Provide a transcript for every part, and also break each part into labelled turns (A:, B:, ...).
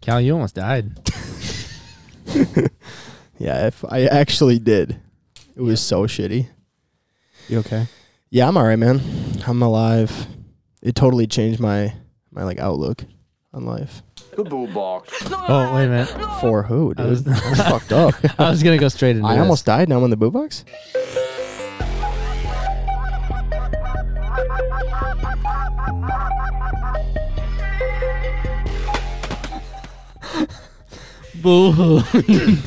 A: Cal, you almost died.
B: Yeah, if I actually did. It was so shitty.
A: You okay?
B: Yeah, I'm all right, man. I'm alive. It totally changed my my like outlook on life.
C: The boo box.
A: Oh, wait a minute.
B: For who, dude? I
A: was-
B: was, fucked up.
A: I was gonna go straight into.
B: I
A: this.
B: almost died. Now I'm in the boo box.
A: boo.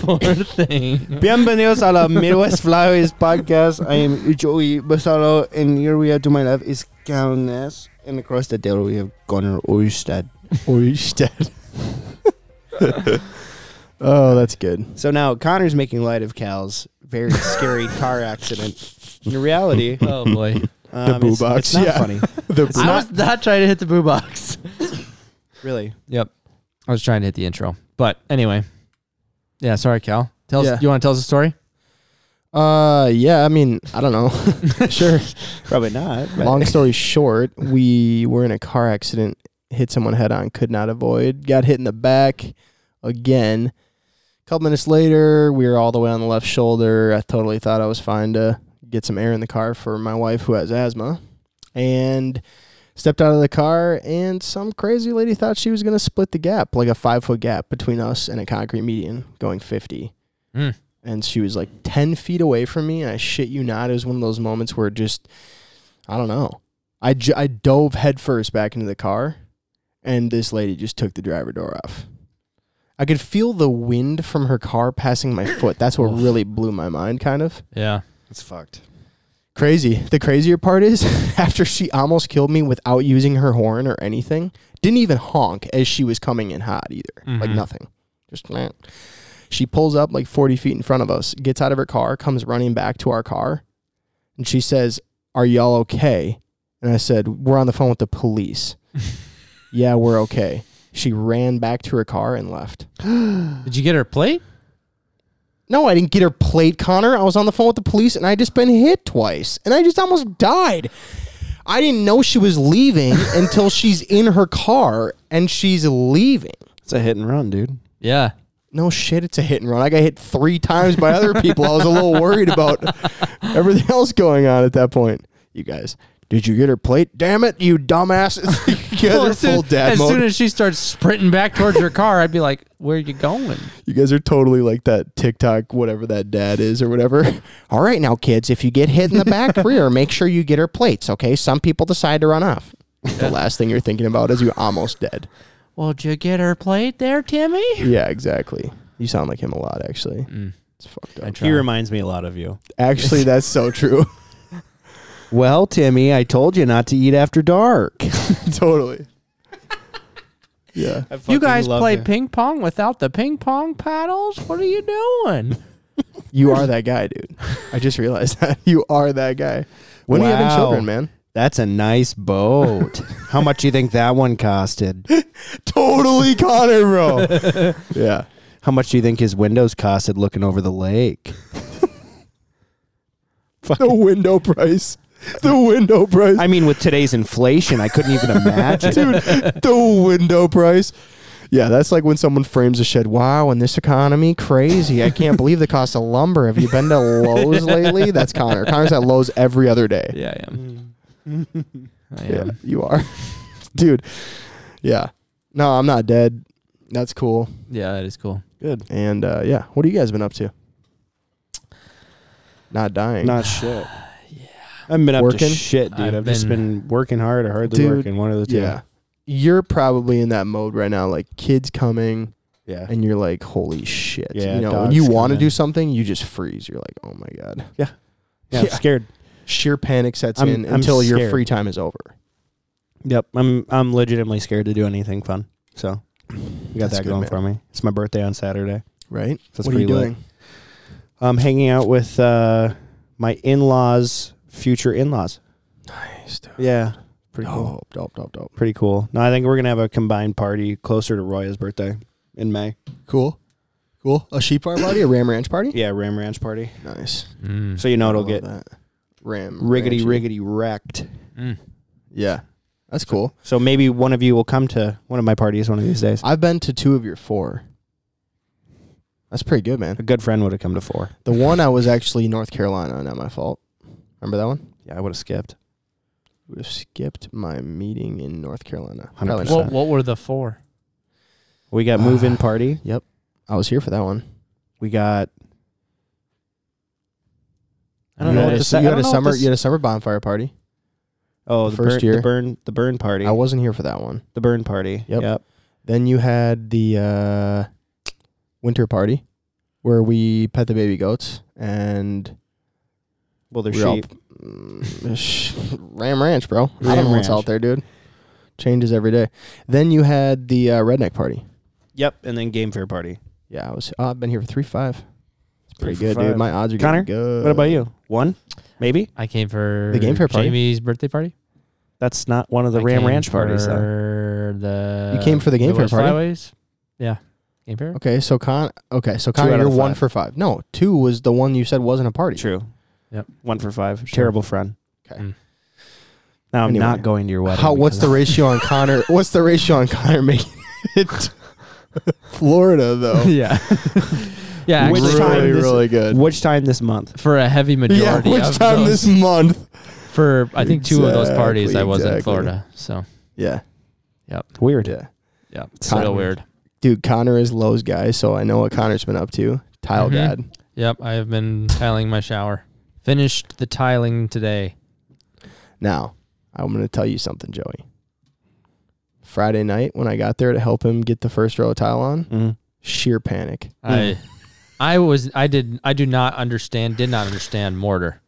A: Poor thing.
D: Bienvenidos a la Midwest Flowers podcast. I am Joey Basalo, and here we are to my left is Countess, and across the table we have Connor Oystad.
B: Or you just dead. oh, that's good.
D: So now Connor's making light of Cal's very scary car accident. In reality,
A: Oh boy.
D: um,
B: boo
D: it's,
B: box,
D: it's not
B: yeah.
D: funny,
B: The
A: I was not trying to hit the boo box.
D: really.
A: Yep. I was trying to hit the intro, but anyway. Yeah. Sorry, Cal. Tell
B: Yeah.
A: us. You want to tell us a story?
B: Uh, yeah. I mean, I don't know. sure.
D: Probably not. but-
B: Long story short, we were in a car accident, hit someone head on, could not avoid, got hit in the back again. A couple minutes later, we were all the way on the left shoulder. I totally thought I was fine to get some air in the car for my wife who has asthma. And stepped out of the car, and some crazy lady thought she was going to split the gap, like a five foot gap between us and a concrete median going 50
A: Mm.
B: and she was like 10 feet away from me and i shit you not it was one of those moments where it just i don't know i, j- I dove headfirst back into the car and this lady just took the driver door off i could feel the wind from her car passing my foot that's what really blew my mind kind of
A: Yeah.
C: It's fucked.
B: crazy the crazier part is after she almost killed me without using her horn or anything didn't even honk as she was coming in hot either like
A: Mhm.
B: nothing just meh. she pulls up like 40 feet in front of us gets out of her car comes running back to our car and she says are y'all okay and i said we're on the phone with the police yeah we're okay she ran back to her car and left
A: Did you get her plate?
B: no, I didn't get her plate, Connor. I was on the phone with the police and I just been hit twice and I just almost died. I didn't know she was leaving until she's in her car and she's leaving.
C: It's a hit and run, dude.
A: Yeah.
B: No shit, it's a hit and run. I got hit three times by other people. I was a little worried about everything else going on at that point. You guys, did you get her plate? Damn it, you dumbass. you guys
A: Well,
B: are
A: as soon,
B: full dad
A: as
B: mode.
A: soon as she starts sprinting back towards her car, I'd be like, "Where are you going?"
B: You guys are totally like that TikTok, whatever that dad is or whatever. All right, now, kids, if you get hit in the back rear, make sure you get her plates, okay? Some people decide to run off. The last thing you're thinking about is you're almost dead.
A: Well, did you get her plate there, Timmy?
B: Yeah, exactly. You sound like him a lot, actually. It's fucked up.
C: He reminds me a lot of you.
B: Actually, that's so true.
C: Well, Timmy, I told you not to eat after dark.
B: totally. Yeah.
A: You guys play ping pong without the ping pong paddles? What are you doing?
B: You are that guy, dude. I just realized that. You are that guy. When are you having
C: Wow.
B: children, man?
C: That's a nice boat. How much do you think that one costed?
B: Totally Connor, bro. yeah.
C: How much do you think his windows costed looking over the lake?
B: The window price. The window price.
C: I mean, with today's inflation, I couldn't even imagine.
B: dude. The window price. Yeah, that's like when someone frames a shed. Wow, in this economy, crazy. I can't believe the cost of lumber. Have you been to Lowe's lately? That's Connor. Connor's at Lowe's every other day.
A: Yeah, I am. I
B: Yeah,
A: am.
B: you are, dude. Yeah. No, I'm not dead. That's cool.
A: Yeah, that is cool.
C: Good.
B: And uh, yeah, what have you guys been up to? Not dying.
C: Not shit. Yeah. I've been up
B: Working?
C: to shit, dude. I've,
A: I've
C: just been working hard or hardly
B: Dude,
C: working. One of the two.
B: yeah. You're probably in that mode right now, like kids coming,
C: Yeah.
B: and you're like, holy shit.
C: Yeah,
B: you know, when
C: dogs
B: you
C: come
B: want to
C: in.
B: do something, you just freeze. You're like, oh my God.
C: Yeah, I'm
B: Yeah.
C: scared.
B: Sheer panic sets
C: I'm-
B: in
C: I'm
B: until your
C: scared.
B: free time is over.
C: Yep. I'm I'm legitimately scared to do anything fun. So we got
B: That's
C: that
B: good,
C: going
B: man.
C: for me. It's my birthday on Saturday.
B: Right?
C: That's
B: what are you
C: pretty lit.
B: doing?
C: I'm hanging out with uh, my in laws, future in laws.
B: Nice, dude.
C: Yeah. Pretty cool.
B: Dope, dope, dope, dope.
C: Pretty cool. No, I think we're gonna have a combined party closer to Roya's birthday in May.
B: Cool. Cool. A sheep farm party? A ram ranch party?
C: Yeah, Ram Ranch party.
B: Nice.
C: So you know it'll
B: I
C: get
B: love that. Ram.
C: riggedy
B: ranchy.
A: mm.
C: riggedy wrecked.
B: Yeah. That's cool.
C: So maybe one of you will come to one of my parties one of these days.
B: I've been to two of your four. That's pretty good, man.
C: A good friend would have come to four.
B: The one I was actually North Carolina, not my fault. Remember that one?
C: Yeah, I would have skipped.
B: Would have skipped my meeting in North Carolina.
C: 100%.
B: Probably not.
C: Well-
A: What, what were the four?
C: We
B: Ah.
C: got move in party.
B: I was here for that one.
C: We got. I don't
B: you
C: know.
B: Had
C: What
B: a,
C: to say.
B: you
C: I
B: had
C: don't
B: a
C: know what
B: summer.
C: this-
B: You had a summer bonfire party.
C: oh, the
B: first
C: burn,
B: year.
C: the burn, the burn party,
B: I wasn't here for that one.
C: the burn party.
B: Yep.
C: Yep.
B: Then you had the uh, winter party, where we pet the baby goats and
C: Well, they're
B: we were all-
C: sheep.
B: Mm, sh- Ram Ranch, bro. I
C: Ram
B: don't know what's
C: Ranch.
B: out there, dude. Changes every day. Then you had the uh, redneck party.
C: Yep, and then game fair party.
B: Yeah, I was. oh, I've been here for three five. It's pretty
C: Three for
B: good, dude.
C: five.
B: My odds are
C: Connor,
B: getting good.
C: what about you? One, maybe.
A: I came for
B: The game fair party.
A: Jamie's birthday party.
C: That's not one of the
A: I
C: Ram
A: came
C: Ranch parties. though.
A: for The
B: You came for the game fair
A: West
B: party?
A: Flyways. Yeah, game fair.
B: Okay, so Con. Okay, so
C: out
B: Connor,
C: of
B: you're
C: the
B: one
C: five.
B: for five. No, two was the one you said wasn't a party.
C: True.
A: Yep.
C: One for five.
A: Sure.
C: Terrible friend.
B: Okay.
A: Mm.
C: Now I'm
B: Anyway.
C: not going to your wedding.
B: How? What's the
C: because
B: ratio on Connor? What's the ratio on Connor making it? to Florida though.
A: yeah, yeah.
C: Which
A: actually,
C: time
B: really,
C: this-
B: really good.
C: Which time this month?
A: for a heavy
B: yeah,
A: majority.
B: which
A: of
B: time
A: those-
B: this month?
A: For I think two of those parties, I
B: Exactly,
A: was in
B: exactly.
A: Florida. So
B: Yeah,
C: Weird.
B: yeah.
A: yeah, it's
B: Kinda
A: real
B: weird.
A: weird.
B: Dude, Connor is Lowe's guy, so I know what Connor's been up to. Tile
A: Mhm.
B: God.
A: Yep, I have been tiling my shower. Finished the tiling today.
B: Now, I'm going to tell you something, Joey. Friday night when I got there to help him get the first row tile on,
C: Mhm.
B: sheer panic.
A: I
B: Hmm.
A: I was I did I do not understand did not understand mortar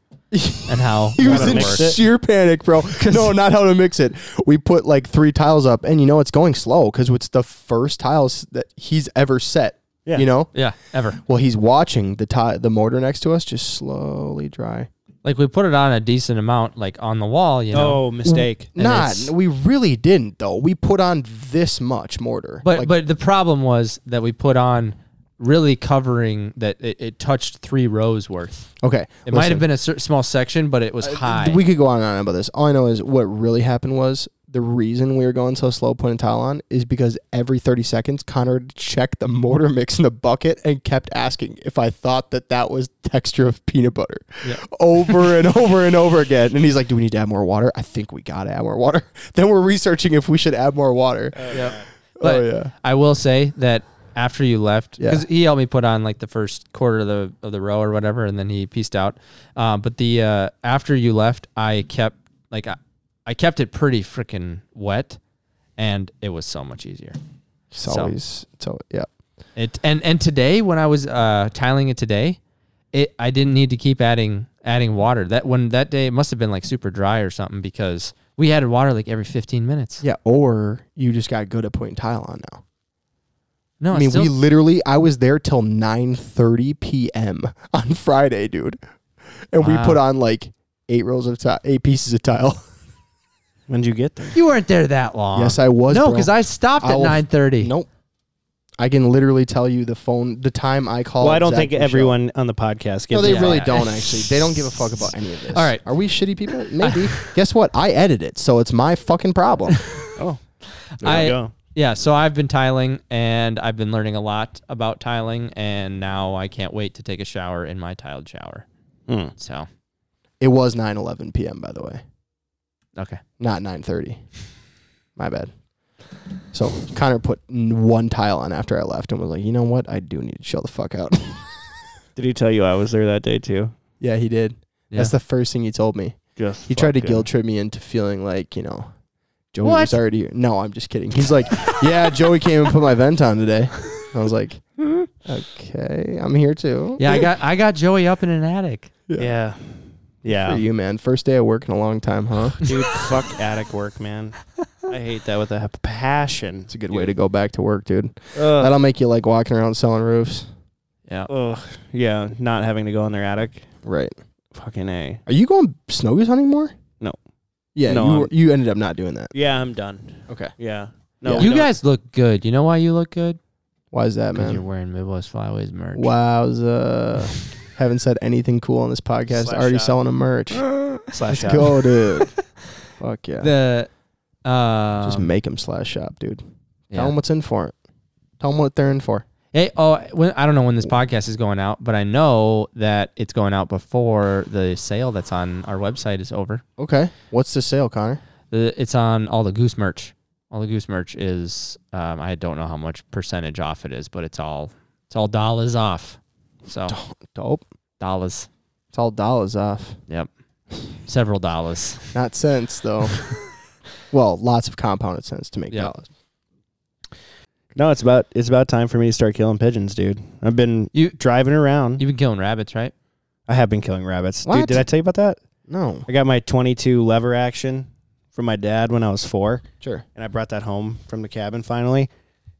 A: and how
B: He was
A: mortar
B: in
A: works.
C: it.
B: sheer panic, bro. No, not how to mix it. We put like three tiles up, and you know it's going slow because it's the first tiles that he's ever set.
C: Yeah.
B: You know,
A: Yeah, ever.
B: well, he's watching the ti- the mortar next to us just slowly dry.
A: Like we put it on a decent amount, like on the wall, you know.
C: Oh, mistake.
A: And
B: Nah,
A: it's-
B: we really didn't though. We put on this much mortar,
A: But
B: Like,
A: but the problem was that we put on really covering that it, it touched three rows worth.
B: okay,
A: It might
B: listen.
A: have been a cer- small section, but it was high.
B: We could go on and on about this. All I know is what really happened was the reason we were going so slow putting tile on is because every 30 seconds Connor checked the mortar mix in the bucket and kept asking if I thought that that was texture of peanut butter
A: Yeah.
B: over and over and over again. And he's like, "Do we need to add more water? I think we gotta add more water." then we're researching if we should add more water.
A: yeah. But
B: oh yeah,
A: I will say that after you left,
B: Yeah.
A: because he helped me put on like the first quarter of the of the row or whatever, and then he pieced out. Um, but the uh, after you left, I kept like I, I kept it pretty freaking wet, and it was so much easier.
B: it's
A: so-
B: always so yeah.
A: It and and today when I was uh, tiling it today, it I didn't need to keep adding adding water. That when that day it must have been like super dry or something because we added water like every 15 minutes.
B: Yeah, or you just got good at putting tile on now.
A: No,
B: I
A: it's
B: mean,
A: still-
B: we literally I was there till 9:30 p.m. on Friday, dude. And we
A: Wow.
B: put on like eight rolls of tile, eight pieces of tile.
C: When did you get there?
A: you weren't there that long.
B: yes, I was.
A: no, because I stopped
B: I
A: at
B: will-
A: 9:30.
B: Nope. I can literally tell you the phone, the time I called.
C: Well, I don't
B: Zach
C: think
B: Michelle.
C: everyone on the podcast
B: No,
C: gives.
B: they
C: a
A: Yeah.
B: really
A: Yeah.
B: don't actually. They don't give a fuck about any of this.
A: All right.
B: Are we shitty people? Maybe. Guess what? I edit it, so it's my fucking problem.
C: fuck. Oh, there
A: I-
C: you go.
A: Yeah, so I've been tiling and I've been learning a lot about tiling and now I can't wait to take a shower in my tiled shower.
C: Hmm.
A: So,
B: it was 9:11 p.m. by the way.
A: okay.
B: not 9:30. My bad. So Connor put n- one tile on after I left and was like, "You know what? I do need to chill the fuck out."
C: Did he tell you I was there that day too?
B: yeah, he did.
A: Yeah.
B: That's the first thing he told me.
C: Just
B: He tried to
C: fucking-
B: guilt trip me into feeling like you know, Joey
A: What?
B: was already here. No, I'm just kidding. He's like, "Yeah, Joey came and put my vent on today." I was like, "Okay, I'm here too."
A: yeah, I got I got Joey up in an attic.
C: Yeah.
B: For
C: Yeah.
B: you, man. First day at work in a long time, huh?
C: Dude, fuck attic work, man. I hate that with a passion.
B: It's a good way to go back to work, dude.
C: Ugh.
B: That'll make you like walking around selling roofs,
A: Yeah.
C: Ugh. Yeah, not having to go in their attic.
B: right?
C: Fucking A.
B: Are you going snow goose hunting more?
C: No.
B: Yeah,
C: No,
B: you,
C: I'm-
B: were- you ended up not doing that.
C: Yeah, I'm done.
B: Okay.
C: Yeah.
B: Yeah.
C: No,
A: you
C: no.
A: guys look good. You know why you look good?
B: Why is that,
A: Because you're
B: man?
A: wearing Midwest Flyways merch.
B: Wowza. Haven't said anything cool on this podcast.
C: Slash
B: Already
C: out.
B: selling a merch.
C: Slash
B: Go, dude. Fuck yeah.
A: The Uh,
C: um,
B: Just make them slash shop, dude. Tell
A: yeah.
B: them what's in for it. Tell them what they're in for.
A: Hey, oh, when, I don't know when this podcast is going out, but I know that it's going out before the sale that's on our website is over.
B: Okay. What's the sale, Connor?
A: The, it's on all the Goose merch. All the Goose merch is um, I don't know how much percentage off it is, but it's all it's all dollars off. So
B: Dope.
A: dollars,
B: It's all dollars off.
A: several dollars.
B: Not cents, though. well, lots of compounded cents to make
A: Yeah.
B: dollars.
C: No, it's about it's about time for me to start killing pigeons, dude. I've been
A: You-
C: driving around.
A: You've been killing rabbits, right?
C: I have been killing rabbits.
B: What?
C: Dude, did I tell you about that?
B: No.
C: I got my 22 lever action from my dad when I was 4.
B: Sure.
C: and I brought that home from the cabin finally.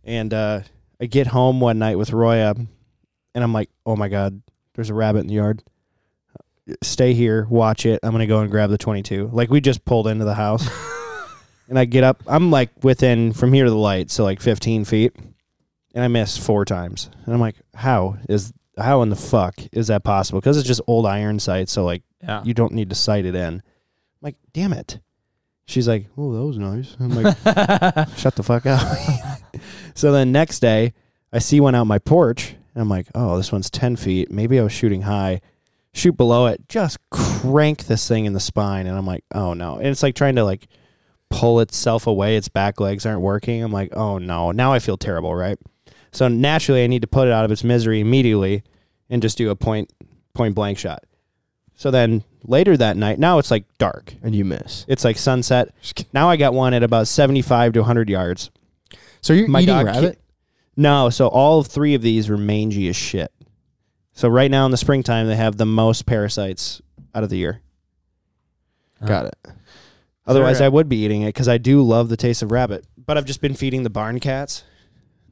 C: And uh, I get home one night with Roya, and I'm like, "Oh my god, there's a rabbit in the yard. Stay here, watch it. I'm gonna go and grab the 22." Like we just pulled into the house, and I get up. I'm like within from here to the light, so like 15 feet, and I miss four times. And I'm like, "How is how in the fuck is that possible? Because it's just old iron sights, so like
A: Yeah.
C: you don't need to sight it in." I'm like, "Damn it." She's like, "Oh, that was nice." I'm like, shut the fuck up. so then next day, I see one out my porch, and I'm like, oh, this one's 10 feet. Maybe I was shooting high. Shoot below it, just crank this thing in the spine. And I'm like, oh no. And it's like trying to like pull itself away. Its back legs aren't working. I'm like, oh no. Now I feel terrible, right? So naturally, I need to put it out of its misery immediately and just do a point point blank shot. So then later that night, now it's like dark.
B: And you miss.
C: It's like sunset. Now I got one at about 75 to 100 yards.
B: So you're
C: My
B: eating
C: dog
B: rabbit?
C: ki- no, so all three of these were mangy as shit. So right now in the springtime, they have the most parasites out of the year. Uh-huh.
B: Got it.
C: Otherwise,
A: Sure.
C: I would be eating it because I do love the taste of rabbit. But I've just been feeding the barn cats.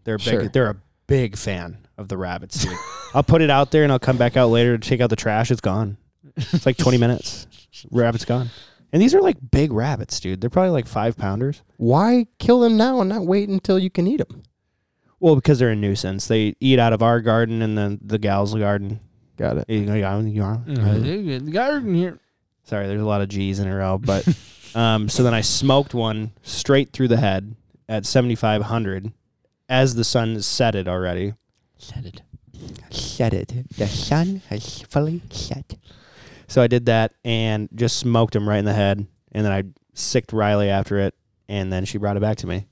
C: They're big.
B: Sure.
C: They're a big fan of the rabbits. Dude. I'll put it out there and I'll come back out later to take out the trash. It's gone. It's like 20 minutes. Rabbit's gone. And these are like big rabbits, dude. They're probably like five pounders.
B: Why kill them now and not wait until you can eat them?
C: Well, because they're a nuisance. They eat out of our garden and then the gal's garden.
B: Got it.
C: You know, you know, you know.
A: Mm-hmm.
C: Sorry, there's a lot of G's in a row, but um, so then I smoked one straight through the head at 7500 as the sun has set it already.
A: Said it.
C: Set it. The sun has fully set. So I did that and just smoked him right in the head, and then I sicked Riley after it, and then she brought it back to me.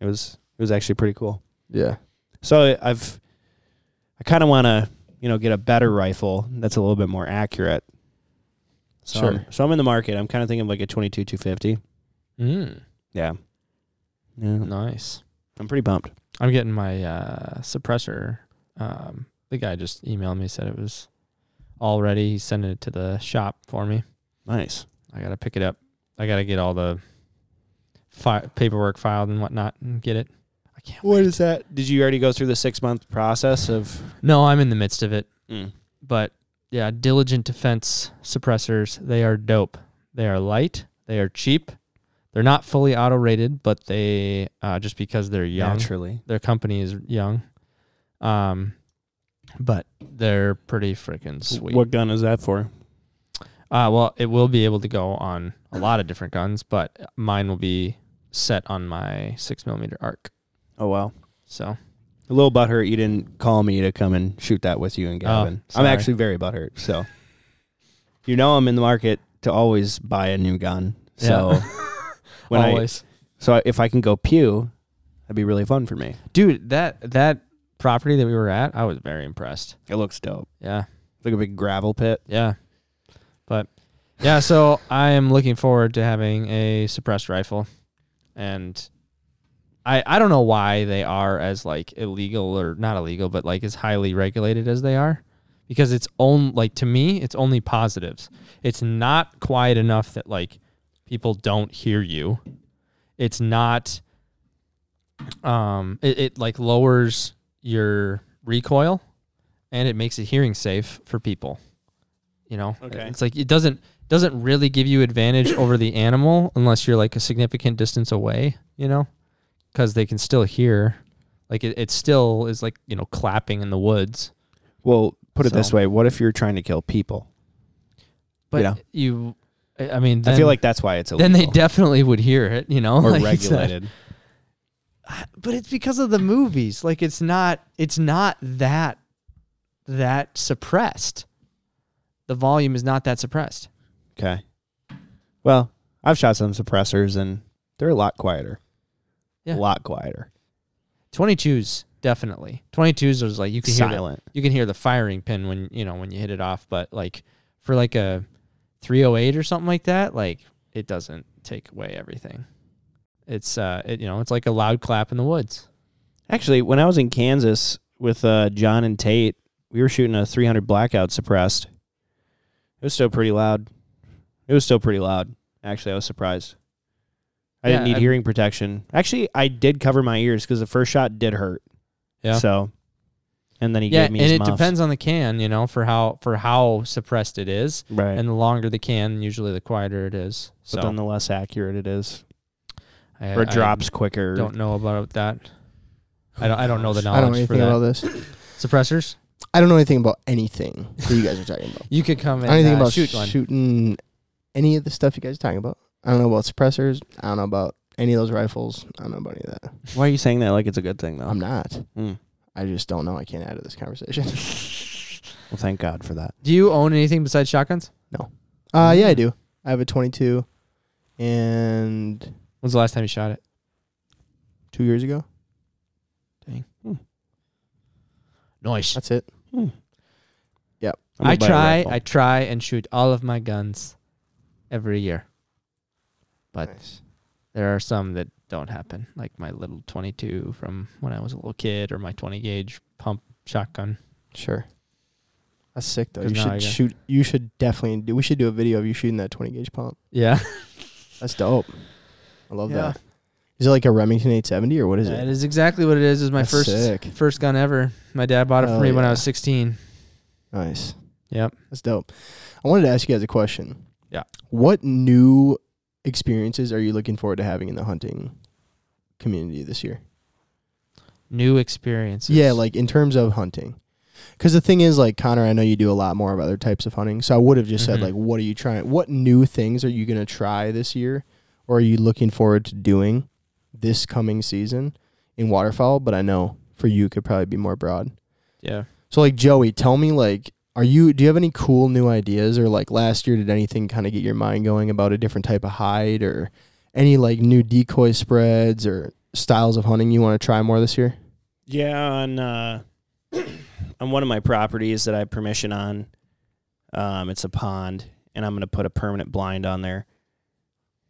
C: It was it was actually pretty cool.
B: Yeah.
C: So I- I've, I kind of want to, you know, get a better rifle that's a little bit more accurate. So
B: Sure.
C: I'm, so I'm in the market. I'm kind of thinking of like a 22 250.
A: Mm,
C: Yeah. Yeah.
A: nice.
C: I'm pretty pumped.
A: I'm getting my uh, suppressor. Um, the guy just emailed me said it was all ready. He's sending it to the shop for me.
C: Nice.
A: I gotta pick it up. I gotta get all the fi- paperwork filed and whatnot and get it. I can't.
C: What is that? Did you already go through the six month process of?
A: No, I'm in the midst of it.
C: Mm.
A: But yeah, diligent defense suppressors. They are dope. They are light. They are cheap. They're not fully auto rated, but they uh, just because they're young,
C: Naturally.
A: their company is young. Um, but they're pretty freaking sweet.
C: What gun is that for?
A: Uh, well, it will be able to go on a lot of different guns, but mine will be set on my six millimeter arc.
C: Oh wow.
A: So
C: A little butthurt. You didn't call me to come and shoot that with you and Gavin. I'm
A: sorry.
C: actually very butthurt. So, you know, I'm in the market to always buy a new gun. So, when I
A: always,
C: So if I can go pew, that'd be really fun for me.
A: dude, that that property that we were at, I was very impressed.
C: It looks dope.
A: Yeah,
C: Like a big gravel pit.
A: yeah, but yeah. So I am looking forward to having a suppressed rifle, and I I don't know why they are as like illegal or not illegal, but like as highly regulated as they are. because it's only like to me it's only positives it's not quiet enough that like people don't hear you it's not um it, it like lowers your recoil and it makes it hearing safe for people you know
C: Okay.
A: it's like it doesn't doesn't really give you advantage over the animal unless you're like a significant distance away you know because they can still hear like it, it still is like you know clapping in the woods
C: Well, put it
A: So-
C: this way: what if you're trying to kill people?
A: But
C: You know?
A: you, I I mean,
C: I
A: then-
C: feel like that's why it's illegal.
A: then they definitely would hear it, you know,
C: or
A: like it's not-
C: regulated.
A: but it's because of the movies. Like it's not it's not that that suppressed. The volume is not that suppressed.
C: Okay. Well, I've shot some suppressors and they're a lot quieter.
A: Yeah.
C: A lot quieter.
A: 22s definitely. 22s was like you can hear
C: Silent.
A: the, you can hear the firing pin when, you know, when you hit it off, but like for like a 308 or something like that, like it doesn't take away everything. It's uh it, you know, it's like a loud clap in the woods.
C: Actually, when I was in Kansas with uh, John and Tate, we were shooting a 300 blackout suppressed. It was still pretty loud. It was still pretty loud. Actually, I was surprised. I didn't
A: Yeah,
C: need
A: I-
C: hearing protection. Actually, I did cover my ears because the first shot did hurt.
A: Yeah.
C: So, and then he
A: yeah,
C: gave me
A: and
C: his
A: it
C: muffs.
A: depends on the can, you know, for how for how suppressed it is.
C: Right.
A: and the longer the can, usually the quieter it is. So
C: but then the less accurate it is,
A: I,
C: or
A: I
C: it drops quicker.
A: don't know about that. I don't. I don't know the
B: I don't know
A: knowledge for
B: anything
A: that.
B: about this.
A: Suppressors.
B: I don't know anything about anything that you guys are talking about.
A: You could come
B: I
A: and
B: don't know anything
A: uh,
B: about
A: shoot one.
B: shooting any of the stuff you guys are talking about. I don't know about suppressors. I don't know about any of those rifles. I don't know about any of that.
C: Why are you saying that like it's a good thing though?
B: I'm not.
C: Hmm.
B: I just don't know. I can't add to this conversation.
C: Well, thank God for that.
A: Do you own anything besides shotguns?
B: uh, yeah, I do. I have a 22, and
A: When's the last time you shot it?
B: two years ago.
A: Nice.
B: That's it.
C: I'm gonna
A: I
C: buy a
A: try.
C: rifle.
A: I try and shoot all of my guns every year. But
B: Nice.
A: there are some that don't happen, like my little 22 from when I was a little kid, or my 20 gauge pump shotgun.
B: Sure. That's sick though.
A: 'Cause
B: You
A: now I
B: should
A: got-
B: shoot. You should definitely do. We should do a video of you shooting that 20 gauge pump.
A: Yeah,
B: That's dope. I love
A: Yeah.
B: that. Is it like a Remington 870 or what is
A: that
B: it?
A: is exactly what it is. Is my
B: That's
A: first
B: sick.
A: First gun ever. My dad bought it for
B: Hell
A: me when I
B: yeah.
A: was 16.
B: Nice.
A: Yep.
B: That's dope. I wanted to ask you guys a question.
A: Yeah.
B: What new experiences are you looking forward to having in the hunting community this year?
A: New experiences.
B: Yeah, like in terms of hunting. Because the thing is, like Connor, I know you do a lot more of other types of hunting. So I would have just
A: Mhm.
C: Mm-hmm.
B: said, like, what are you trying? What new things are you going to try this year, or are you looking forward to doing this coming season in waterfowl? But I know for you, it could probably be more broad.
A: yeah.
B: So like Joey, tell me like are you do you have any cool new ideas or like last year did anything kind of get your mind going about a different type of hide or any like new decoy spreads or styles of hunting you want to try more this year?
C: Yeah, on uh, on one of my properties that I have permission on, um, it's a pond, and I'm gonna put a permanent blind on there,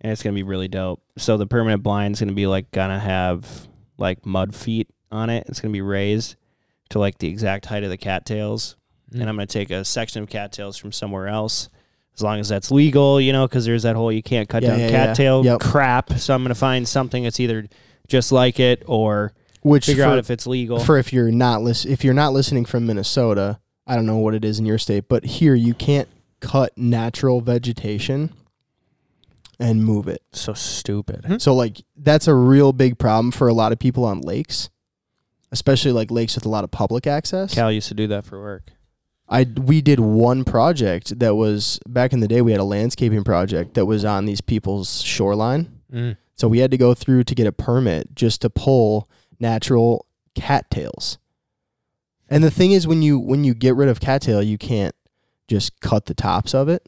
C: and it's gonna be really dope. So the permanent blind's gonna be like gonna have like mud feet on it. It's gonna be raised to like the exact height of the cattails,
B: Mm.
C: and I'm gonna take a section of cattails from somewhere else. As long as that's legal, you know, because there's that whole you can't cut
B: Yeah,
C: down
B: yeah, yeah.
C: cattail
B: Yep.
C: crap. So I'm gonna find something that's either just like it or
B: Which
C: figure
B: for,
C: out if it's legal.
B: for if you're not lis- if you're not listening from Minnesota, I don't know what it is in your state, but here you can't cut natural vegetation and move it.
C: so stupid.
B: So like that's a real big problem for a lot of people on lakes, especially like lakes with a lot of public access.
C: Cal used to do that for work.
B: I we did one project that was back in the day. We had a landscaping project that was on these people's shoreline,
A: Mm.
B: so we had to go through to get a permit just to pull natural cattails. And the thing is, when you when you get rid of cattail, you can't just cut the tops of it,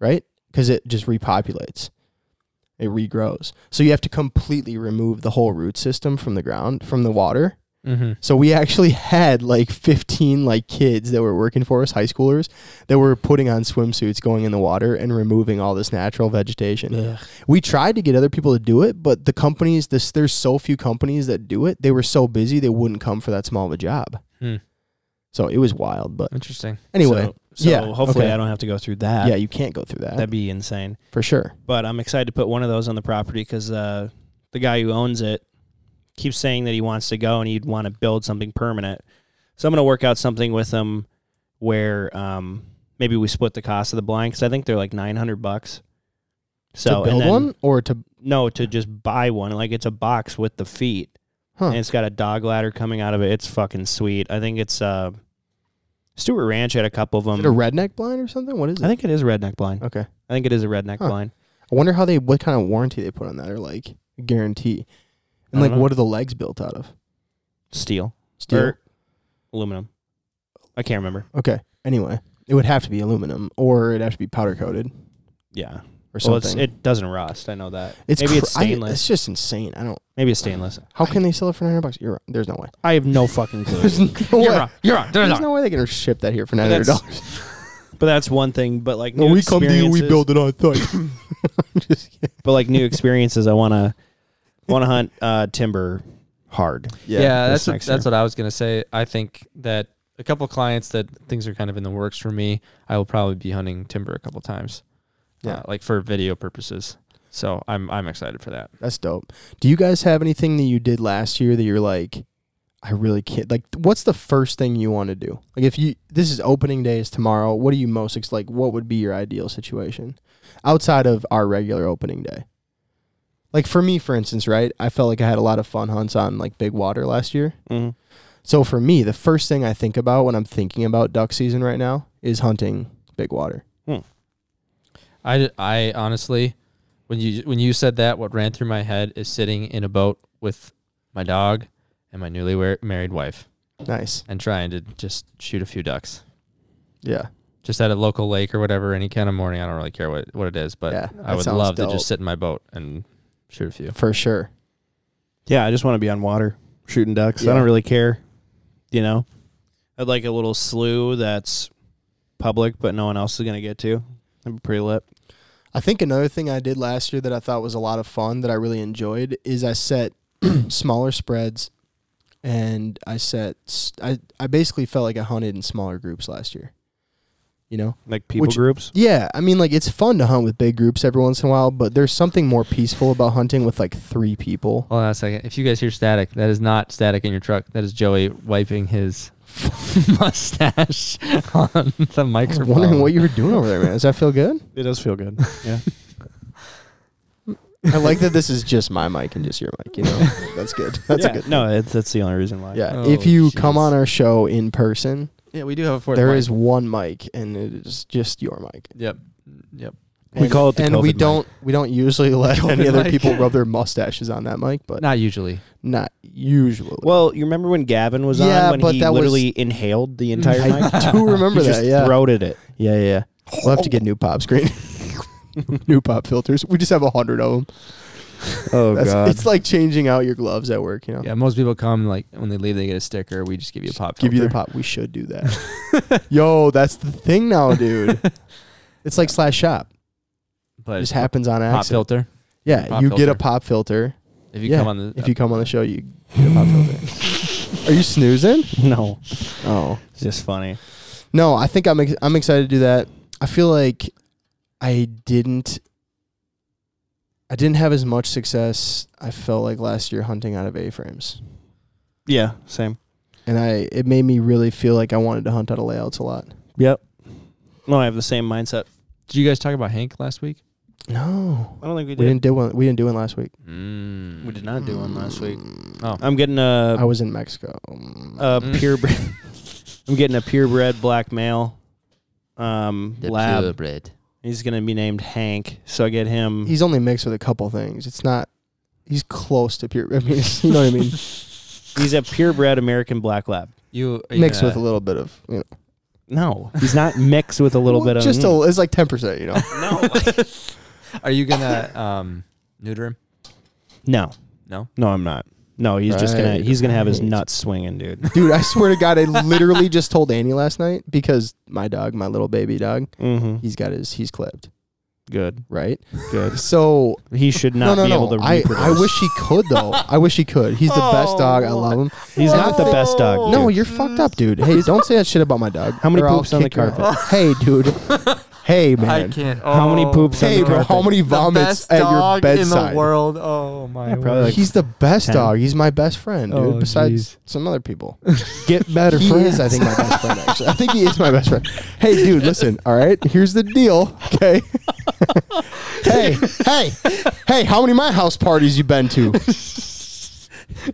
B: right? Because it just repopulates, it regrows. So you have to completely remove the whole root system from the ground, from the water,
A: Mm-hmm.
B: so we actually had like 15 like kids that were working for us, high schoolers, that were putting on swimsuits, going in the water and removing all this natural vegetation. We tried to get other people to do it, but the companies this there's so few companies that do it. They were so busy they wouldn't come for that small of a job.
A: Hmm.
B: So it was wild, but
A: Interesting.
B: anyway,
C: so, so
B: yeah,
C: hopefully
B: okay.
C: I don't have to go through that.
B: yeah, you can't go through that
C: that'd be insane.
B: for sure.
C: But I'm excited to put one of those on the property because uh, the guy who owns it keeps saying that he wants to go and he'd want to build something permanent. So I'm going to work out something with him where um, maybe we split the cost of the blind because I think they're like 900 bucks. So
B: to build
C: and then-
B: one or to
C: No, to just buy one. Like it's a box with the feet.
B: Huh.
C: And it's got a dog ladder coming out of it. It's fucking sweet. I think it's uh Stewart Ranch had a couple of
B: is
C: them.
B: it a redneck blind or something? What is it?
C: I Mm-hmm. think it is redneck blind.
B: okay.
C: I think it is a redneck
B: Huh.
C: blind.
B: I wonder how they what kind of warranty they put on that or like guarantee. And
C: I
B: like
C: don't know.
B: what are the legs built out of?
C: Steel.
B: Steel.
C: Or aluminum. I can't remember.
B: okay. Anyway, it would have to be aluminum or it'd have to be powder coated
C: Yeah.
B: or
C: Well,
B: something.
C: it's, it doesn't rust. I know that.
B: It's
C: maybe
B: cr-
C: it's
B: I-
C: stainless.
B: it's just insane. I don't.
C: maybe it's stainless.
B: How can they sell it for nine hundred bucks? You're wrong. There's no way.
C: I have no fucking clue.
B: There's no
A: Oh, You're
B: way.
A: wrong. You're wrong. There's not.
B: There's no way they can ship that here for nine hundred
C: That's-
B: dollars.
C: but that's one thing. But like,
B: When
C: new
B: we come to you, we
C: experiences-
B: build it on site. I'm just kidding.
C: But like new experiences, I wanna wanna hunt uh, timber hard.
A: Yeah, that's
C: this
A: what,
C: next
A: that's
C: year.
A: what I was gonna say. I think that a couple clients that things are kind of in the works for me. I will probably be hunting timber a couple times.
B: Yeah.
A: uh, like for video purposes. So I'm I'm excited for that.
B: That's dope. Do you guys have anything that you did last year that you're like, I really can't? Like, what's the first thing you want to do? Like, if you this is opening day is tomorrow, what are you most ex- like? What would be your ideal situation outside of our regular opening day? Like for me, for instance, right? I felt like I had a lot of fun hunts on like big water last year.
C: Mhm.
B: So for me, the first thing I think about when I'm thinking about duck season right now is hunting big water.
A: I I honestly, when you when you said that, what ran through my head is sitting in a boat with my dog and my newly wa- married wife
B: Nice,
A: and trying to just shoot a few ducks.
B: yeah,
A: Just at a local lake or whatever, any kind of morning. I don't really care what, what it is, but
B: Yeah,
A: I
B: that
A: would
B: sounds
A: love
B: dope.
A: to just sit in my boat and shoot a few.
B: for sure.
C: Yeah, I just want to be on water shooting ducks.
B: Yeah.
C: I don't really care. You know, I'd like a little slough that's public, but no one else is gonna get to. That'd be pretty lit.
B: I think another thing I did last year that I thought was a lot of fun that I really enjoyed is I set smaller spreads and I set s- I, I basically felt like I hunted in smaller groups last year. You know?
C: Like people
B: Which-
C: groups.
B: Yeah, I mean like it's fun to hunt with big groups every once in a while, but there's something more peaceful about hunting with like 3 people.
A: Hold on a second. If you guys hear static, that is not static in your truck. That is Joey wiping his mustache on the
B: I was
A: microphone.
B: wondering what you were doing over there, man. Does that feel good?
C: It does feel good. Yeah.
B: I like that this is just my mic and just your mic, you know. That's good. That's
C: yeah.
B: a good.
C: No, it's, that's the only reason why.
B: Yeah,
A: Oh,
B: if you come
A: jeez.
B: on our show in person,
A: yeah, we do have a fourth.
B: There is one mic, and it is just your mic.
A: Yep. Yep.
C: We
B: And-
C: call it the
B: and we
C: COVID mic.
B: don't we don't usually let
A: COVID
B: any other
A: mic.
B: people rub their mustaches on that mic, but not,
A: Not usually.
B: usually.
C: Well, you remember when Gavin was
B: Yeah,
C: on when
B: but
C: he
B: that was-
C: literally inhaled the entire mic?
B: I do remember
C: he
B: that.
C: just
B: Yeah,
C: throated it.
B: yeah, yeah. yeah. We'll have to get new pop screen, new pop filters. We just have a hundred of them.
C: Oh
B: That's, it's like changing out your gloves at work. You know,
A: Yeah, most people come like when they leave, they get a sticker. We just give you a pop.
B: give you the pop. We should do that. Yo, that's the thing now, dude. It's like slash shop. It
A: but
B: just happens on
A: pop
B: accident.
A: filter.
B: yeah,
A: pop
B: you get
A: filter.
B: a pop filter.
A: If you
B: Yeah,
A: come on the,
B: If you come on the show, you get a pop filter. Are you snoozing?
C: no,
B: Oh
C: it's just funny.
B: no, I think I'm ex- I'm excited to do that. I feel like I didn't I didn't have as much success. I felt like last year hunting out of A frames,
C: Yeah, same.
B: and I it made me really feel like I wanted to hunt out of layouts a lot.
C: Yep. No, I have the same mindset.
A: did you guys talk about Hank last week?
B: No,
C: I don't think we
B: we didn't do one. We didn't do one last week.
A: Mm.
C: We did not do one last week.
A: Oh.
C: I'm getting a
B: I was in Mexico. Um,
C: a
A: Mm.
C: purebred. I'm getting a purebred black male. Um,
B: Uh,
C: lab. He's gonna be named Hank, so I get him.
B: He's only mixed with a couple things. It's not. He's close to pure. I mean, you know what I mean.
C: He's a purebred American black lab.
A: You are you
B: Mixed with a
A: gonna-
B: little bit of you know.
C: No, he's not mixed with a little bit of
B: just a. It's like ten percent. You know.
A: Are you gonna um neuter him?
C: no,
A: No.
C: no. I'm not. No, he's just gonna
B: Right,
C: he's gonna have his
B: right.
C: nuts swinging, dude.
B: Dude, I swear to God, I literally just told Annie last night because my dog, my little baby dog,
C: Mm-hmm.
B: he's got his, he's clipped,
C: Good,
B: right?
C: good.
B: So,
C: He should
B: no,
C: not
B: no,
C: be
B: no.
C: able to
B: I,
C: reproduce.
B: I wish he could, though. I wish he could. He's the best dog. I love him.
C: he's
B: And
C: not
B: I
C: the
B: think-
C: best dog.
B: No,
C: dude.
B: you're fucked up, dude. Hey, don't say that shit about my dog.
C: Oh, How many
B: or I'll
C: poops on the
B: kick your-
C: carpet?
B: Hey, dude. Hey, man.
A: can't. Oh,
C: How many poops on
B: Hey,
C: the
B: bro. How
C: carpet?
B: many vomits at your bedside?
A: world. Oh my.
C: probably like
B: He's the best
C: Ten.
B: dog. He's my best friend, dude.
A: Oh,
B: besides
A: jeez.
B: some other people.
C: get better
B: He
C: friends.
B: is, I think, my best friend. Actually, I think he is my best friend. Hey, dude, listen. All right, here's the deal. Okay. hey, hey, hey! How many my house parties you been to?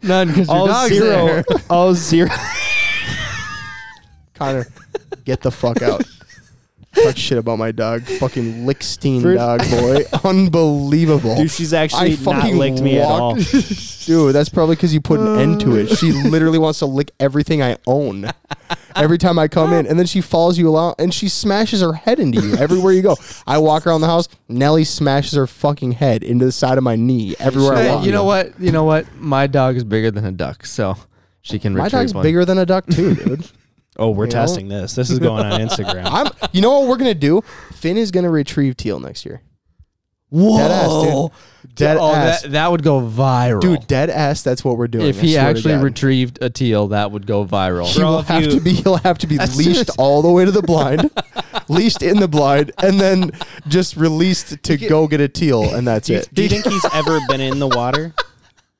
A: None.
B: All Oh, zero.
C: all zero.
B: Connor, get the fuck out. Talk shit about my dog. Fucking Lickstein
C: First-
B: dog boy. Unbelievable.
C: Dude, she's actually not
B: fucking
C: licked me at
B: walked-
C: all.
B: Dude, that's probably because you put an end to it. She literally wants to lick everything I own every time I come in. And then she follows you along and she smashes her head into you everywhere you go. I walk around the house, Nellie smashes her fucking head into the side of my knee everywhere I
A: Hey,
B: walk.
A: you know what? You know what? My dog is bigger than a duck, so she can
B: My
A: retrieve
B: dog's
A: one.
B: bigger than a duck too, dude.
C: Oh, we're
B: You know?
C: testing this. This is going on Instagram.
B: I'm you know what we're gonna do? Finn is gonna retrieve teal next year. Dead ass, dude. Dead
A: oh,
B: ass.
A: That, that would go viral,
B: Dude, dead ass, that's what we're doing.
A: If
B: I
A: he
B: swear to
A: actually
B: God.
A: retrieved a teal, that would go viral.
B: He
C: Bro,
B: will
C: if
B: have
C: you-
B: to be. He'll have to be leashed all the way to the blind, leashed in the blind, and then just released to go get a teal, and that's
C: do, you,
B: it.
C: do you think he's ever been in the water?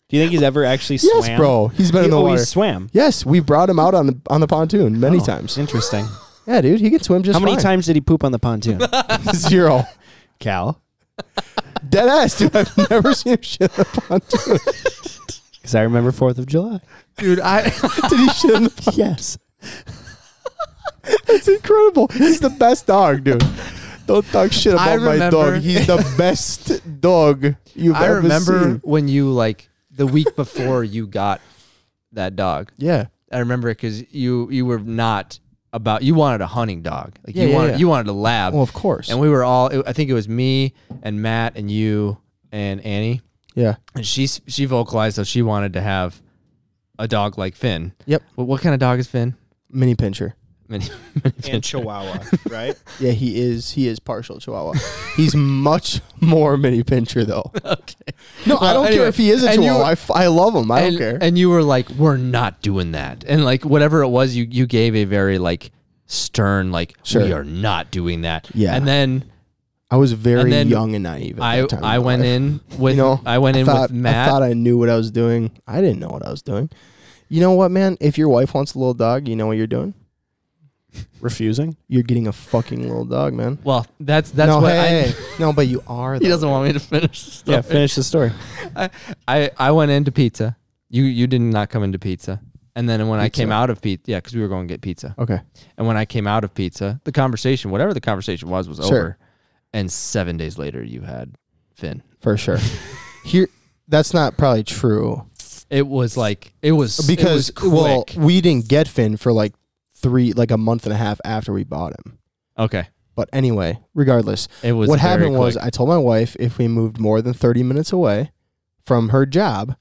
C: Do you think he's ever actually swam?
B: Yes, bro. He's been
C: He
B: in the water.
C: always swam.
B: Yes, we brought him out on the on the pontoon many
C: Oh,
B: times.
C: Interesting.
B: Yeah, dude, he can swim just
C: How many
B: fine.
C: times did he poop on the pontoon?
B: Zero.
C: Cal.
B: Dead ass, dude. I've never seen him shit in the pontoon.
C: Because I remember 4th of July.
A: Dude, I
B: Did he shit in the pontoon?
C: Yes.
B: It's incredible. He's the best dog, dude. Don't talk shit
A: I
B: about my dog.
A: remember-
B: He's the best dog you've
A: I
B: ever
A: remember
B: seen.
A: when you like the week before you got that dog.
B: Yeah.
A: I remember because you you were not about you wanted a hunting dog. Like
B: Yeah,
A: you
B: yeah,
A: wanted
B: yeah.
A: you wanted a lab.
B: Well, of course.
A: and we were all. I think it was me and Matt and you and Annie.
B: yeah.
A: and she she vocalized that she wanted to have a dog like Finn.
B: Yep.
A: What, what kind of dog is Finn?
B: Mini pincher.
A: Mini,
C: And Chihuahua, right?
B: Yeah, he is. He is partial Chihuahua. He's much more mini pincher though.
A: okay.
B: No, I
A: Well,
B: don't
A: anyway,
B: care if he is a
A: and you-
B: Chihuahua. I, f- I love him. I
A: and,
B: don't care.
A: And you were like, "We're not doing that." And like whatever it was, you you gave a very like stern like,
B: Sure.
A: "We are not doing that."
B: Yeah.
A: And then
B: I was very
A: and then
B: young and naive. At
A: I
B: that time
A: I
B: in my
A: went
B: life.
A: in with
B: You know,
A: I went
B: I
A: in
B: thought,
A: with Matt.
B: I thought I knew what I was doing. I didn't know what I was doing. You know what, man? If your wife wants a little dog, you know what you're doing.
C: Refusing.
B: You're getting a fucking little dog, man.
A: well, that's that's
B: no,
A: what
B: hey,
A: I.
B: hey. no, but you are.
A: He
B: though.
A: doesn't want me to finish. the
C: Yeah,
A: story.
C: finish the story.
A: I, I I went into pizza. You you did not come into pizza. And then when I came
B: Pizza.
A: out of pizza, yeah, because we were going to get pizza.
B: Okay.
A: And when I came out of pizza, the conversation, whatever the conversation was, was
B: Sure.
A: over. And seven days later, you had Finn.
B: For sure. Here, that's not probably true.
A: It was like it was it
B: because
A: was quick.
B: well, we didn't get Finn for like three, like a month and a half after we bought him.
A: okay,
B: But anyway, regardless,
A: it was
B: what
A: very
B: happened was
A: quick.
B: I told my wife if we moved more than thirty minutes away from her job,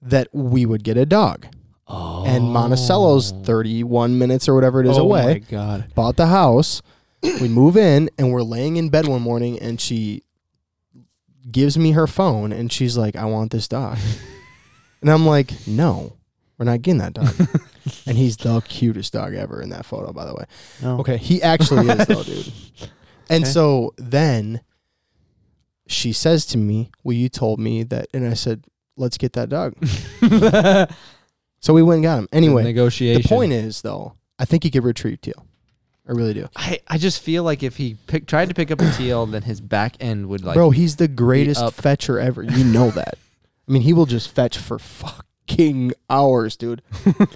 B: that we would get a dog.
A: oh.
B: And Monticello's thirty-one minutes or whatever it is
C: oh
B: away.
C: my god.
B: Bought the house. we move in, and we're laying in bed one morning, and she gives me her phone, and she's like, "I want this dog," and I'm like, "No, we're not getting that dog." and he's the cutest dog ever in that photo, by the way.
C: No.
B: Okay, he actually is though, dude. And so then she says to me, "Well, you told me that," and I said, "Let's get that dog." so we went and got him. Anyway,
A: negotiation.
B: the point is though, I think he could retrieve teal. I really do,
A: I, I just feel like if he pick, tried to pick up a teal, then his back end would like
B: bro. He's the greatest
A: up.
B: fetcher ever. You know that. I mean, he will just fetch for fucking hours, dude.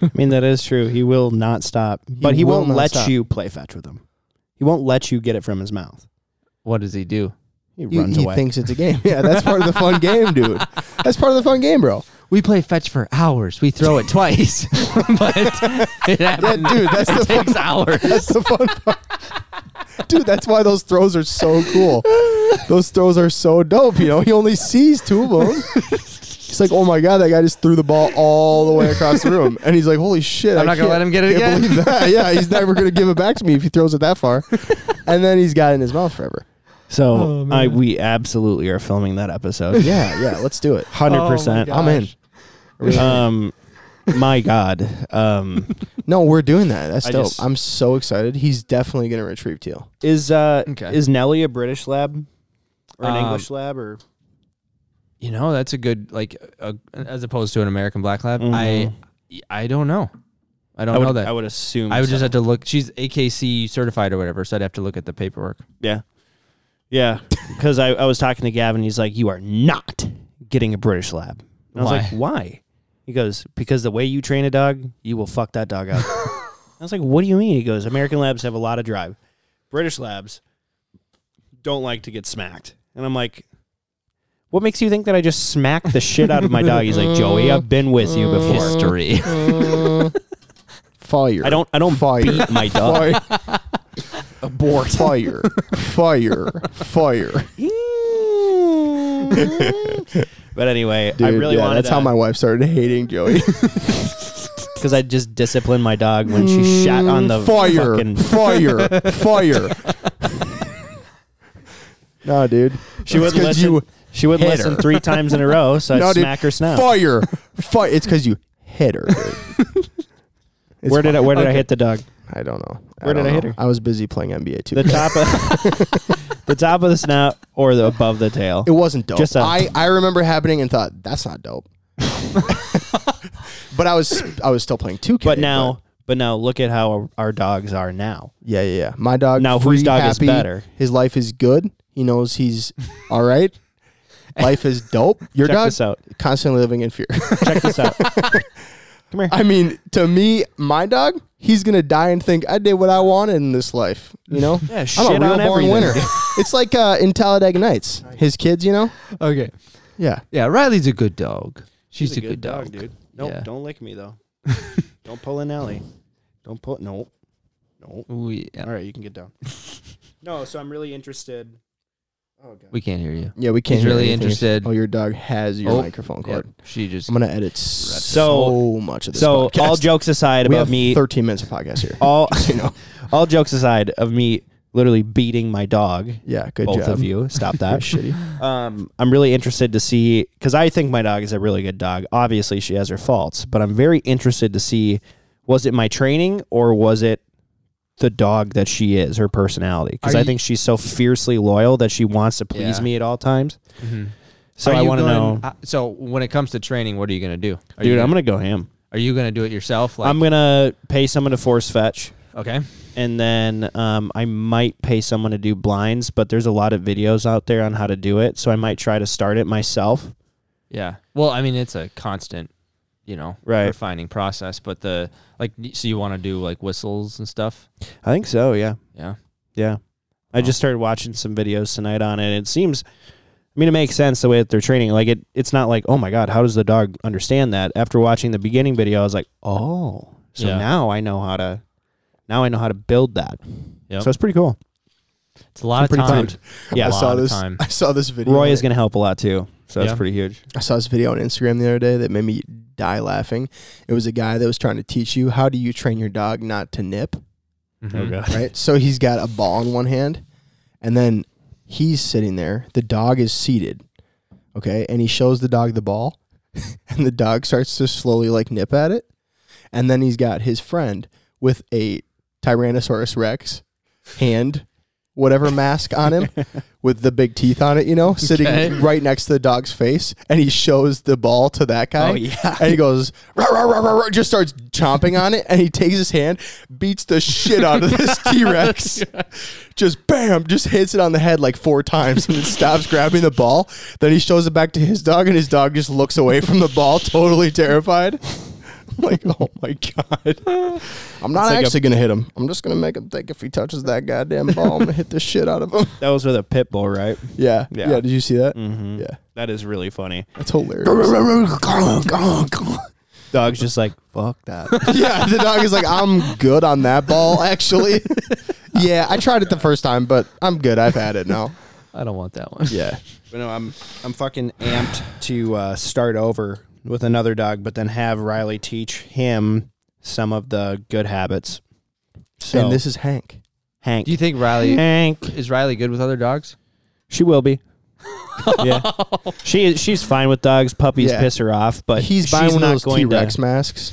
C: I mean that is true. He will not stop, but he
B: will
C: won't
B: not
C: let
B: stop.
C: you play fetch with him. He won't let you get it from his mouth.
A: What does he do?
C: He
B: He,
C: runs
B: he
C: away.
B: thinks it's a game. Yeah, that's part of the fun game, dude. That's part of the fun game, bro.
A: We play fetch for hours. We throw it twice, but it
B: Yeah,
A: happens.
B: dude, that's the fun
A: takes hours.
B: That's the fun part. Dude, that's why those throws are so cool. Those throws are so dope. You know, he only sees two of them. He's like, oh my god, that guy just threw the ball all the way across the room, and he's like, holy shit,
A: I'm
B: I
A: not gonna
B: can't-
A: let him get it
B: can't
A: again.
B: Believe that. Yeah, he's never gonna give it back to me if he throws it that far. And then he's got it in his mouth forever.
C: So I we absolutely are filming that episode.
B: Oh, Yeah, yeah, let's do it.
C: Hundred percent.
B: I'm in.
C: Um, my God. Um,
B: No, we're doing that. That's
C: I
B: dope.
C: just-
B: I'm so excited. He's definitely gonna retrieve teal.
C: is uh
A: Okay.
C: is Nelly a British lab or an
A: Um,
C: English lab or
A: You know, that's a good like uh, as opposed to an American black lab.
C: Mhm.
A: I I don't know. I don't
C: would,
A: know that.
C: I would assume.
A: I would just
C: so.
A: have to look. She's AKC certified or whatever, so I'd have to look at the paperwork.
C: yeah yeah because I, I was talking to Gavin. He's like, you are not getting a British lab. And I was
A: Why?
C: like, why? He goes because the way you train a dog, you will fuck that dog up. I was like, what do you mean? He goes, American labs have a lot of drive. British labs don't like to get smacked. And I'm like, what makes you think that I just smacked the shit out of my dog? He's like, Joey, I've been with you before.
A: History.
B: Fire.
C: I don't I don't
B: Fire.
C: beat my dog.
B: Fire. Abort. Fire. Fire. Fire.
C: but anyway,
B: Dude,
C: I really
B: yeah,
C: wanted
B: that's how my wife started hating Joey.
C: because I just disciplined my dog when she shat on the
B: fire.
C: fucking
B: Fire. Fire. no, dude.
C: She
B: It's
C: would
B: 'cause
C: listen.
B: you
C: she would
B: hit
C: listen
B: her.
C: three times in a row, so I'd
B: no, dude.
C: smack her snout.
B: Fire. Fire. It's because you hit her. dude. It's
C: Where did I,
B: fine.
C: where did I hit the dog?
B: I don't know.
C: Where did
B: don't
C: I hit
B: know.
C: her?
B: I was busy playing NBA too.
C: The top of the top of the snout or the above the tail?
B: It wasn't dope.
C: Just a-
B: I I remember happening and thought that's not dope. but I was I was still playing 2K.
C: But now, but now look at how our, our dogs are now.
B: yeah, yeah, yeah. My dog
C: Now
B: free,
C: whose dog is
B: happy,
C: better?
B: His life is good. He knows he's all right. Life is dope. Your
C: Check
B: dog
C: this out.
B: constantly living in fear.
C: Check this out. Come here.
B: I mean, to me, my dog, he's gonna die and think I did what I wanted in this life. You know,
C: Yeah,
B: I'm
C: shit
B: a
C: on
B: real born
C: everything.
B: winner. it's like uh, in Talladega Nights, his kids. You know,
A: okay.
B: yeah.
A: Yeah, Riley's a good dog. She's, a, good, dog.
C: dude. Nope,
A: Yeah.
C: don't lick me though. don't pull an alley. Don't pull. Nope. Nope.
A: We
C: All right, you can get down. no, so I'm really interested. Oh god.
A: we can't hear you.
B: Yeah, we can't.
A: He's
B: hear
A: really
B: anything.
A: interested.
B: Oh, your dog has your
A: Oh,
B: microphone
A: Yep.
B: cord.
A: She just
B: I'm gonna edit so,
C: So-
B: much of this.
C: So
B: podcast.
C: all jokes aside
B: we
C: about
B: have
C: me,
B: 13 minutes of podcast here.
C: all
B: you know.
C: all jokes aside of me literally beating my dog.
B: Yeah, good
C: both
B: job.
C: of you, stop that.
B: Shitty.
C: Um, I'm really interested to see because I think my dog is a really good dog. Obviously, she has her faults, but I'm very interested to see was it my training or was it the dog that she is, her personality? Because
A: Are
C: I
A: you-
C: think she's so fiercely loyal that she wants to please
A: Yeah.
C: me at all times.
A: Mhm.
C: So
A: Are
C: I
A: you
C: want to
A: going-
C: know,
A: uh, so when it comes to training, what are you gonna do? Are
C: dude.
A: you,
C: I'm gonna go ham.
A: are you gonna do it yourself? Like
C: I'm gonna pay someone to force fetch.
A: okay,
C: and then um, I might pay someone to do blinds, but there's a lot of videos out there on how to do it, so I might try to start it myself.
A: yeah. Well, I mean, it's a constant, you know,
C: Right.
A: refining process. But the like, y- so you want to do like whistles and stuff?
C: I think so. Yeah,
A: Yeah.
C: yeah. I just started watching some videos tonight on it. It seems, I mean, it makes sense the way that they're training. Like it, it's not like, oh my god, how does the dog understand that? After watching the beginning video, I was like, oh, so
A: Yeah.
C: now I know how to, now I know how to build that.
A: Yep.
C: So it's pretty cool.
A: It's a lot of
C: pretty
A: time.
C: pumped. Yeah.
A: a
B: I
A: lot
B: saw
A: of
B: this.
A: time.
B: I saw this video.
C: Roy is going to help a lot too. So that's
A: Yeah.
C: pretty huge.
B: I saw this video on Instagram the other day that made me die laughing. It was a guy that was trying to teach you how do you train your dog not to nip.
A: Mhm.
C: Oh, god.
B: right? So he's got a ball in one hand, and then he's sitting there. The dog is seated, okay, and he shows the dog the ball, and the dog starts to slowly like nip at it, and then he's got his friend with a Tyrannosaurus Rex hand, whatever mask on him. With the big teeth on it, you know, sitting
A: Okay.
B: right next to the dog's face, and he shows the ball to that guy.
C: Oh, yeah.
B: and he goes, "Rah, rah, rah, rah, rah," just starts chomping on it, and he takes his hand, beats the shit out of this T Rex, just bam, just hits it on the head like four times, and it stops grabbing the ball. Then he shows it back to his dog, and his dog just looks away from the ball, totally terrified. I'm like, oh my god, I'm not
C: like a-
B: actually gonna hit him. I'm just gonna make him think if he touches that goddamn ball, I'm gonna hit the shit out of him.
C: That was with a pit bull, right?
B: Yeah, yeah.
C: Yeah.
B: did you see that?
C: Mm-hmm.
B: Yeah,
C: That is really funny.
B: that's hilarious.
C: Dog's just like, fuck that.
B: yeah, the dog is like, I'm good on that ball, actually. yeah, I tried it the first time, but I'm good. I've had it now.
A: I don't want that one.
B: Yeah.
C: but no, I'm I'm fucking amped to uh, start over with another dog, but then have Riley teach him some of the good habits. So
B: and this is Hank.
C: Hank.
A: Do you think Riley
C: Hank.
A: is Riley good with other dogs?
C: She will be. yeah. She is she's fine with dogs. Puppies
B: Yeah.
C: piss her off, but
B: He's
C: she's
B: buying one
C: not
B: of those
C: going
B: T Rex
C: to,
B: masks.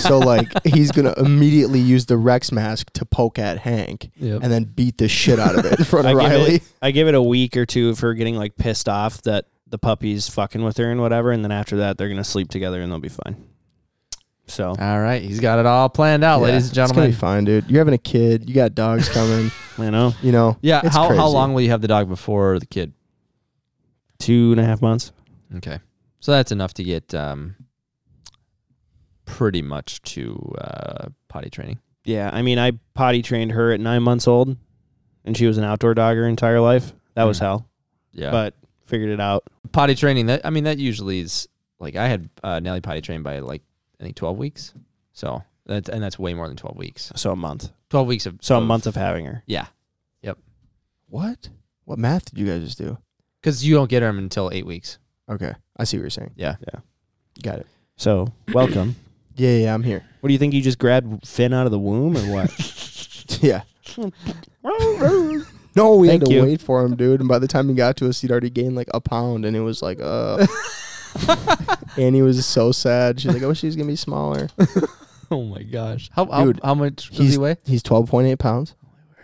B: so, like, he's going to immediately use the Rex mask to poke at Hank
A: Yep.
B: and then beat the shit out of it in front
C: I
B: of
C: give,
B: Riley.
C: it, I give it a week or two of her getting like pissed off that the puppy's fucking with her and whatever, and then after that they're gonna sleep together and they'll be fine. So
A: All right, he's got it all planned
C: Oh,
A: out,
B: Yeah,
A: ladies and
B: It's going
A: gentlemen.
B: to be fine, dude. You're having a kid. You got dogs coming.
C: you know,
B: You know?
A: Yeah,
B: It's
A: how, how
B: crazy.
A: long will you have the dog before the kid?
C: two and a half months.
A: Okay, so that's enough to get um, pretty much to uh, potty training.
C: Yeah, I mean, I potty trained her at nine months old, and she was an outdoor dog her entire life. That was
A: Mhm.
C: hell,
A: Yeah.
C: but figured it out.
A: potty training that I mean that usually is like I had uh, Nelly potty trained by like I think 12 weeks. So that's and that's way more than 12 weeks.
C: So a month.
A: 12 weeks of
C: So a month of having her.
A: Yeah. Yep.
B: What? What math did you guys just do?
A: Cuz you don't get them until 8 weeks.
B: Okay, I see what you're saying.
A: Yeah.
B: Got it.
C: So welcome.
B: Yeah, yeah, I'm here.
C: what do you think? You just grabbed Finn out of the womb or what?
B: yeah. No, we had
C: Thank
B: to
C: you.
B: wait for him, dude. And by the time he got to us, he'd already gained like a pound, and it was like, uh. Annie was so sad. She's like, "I wish he was gonna be smaller."
A: Oh my gosh. How how,
B: Dude,
A: how much does he weigh?
B: He's twelve point eight pounds.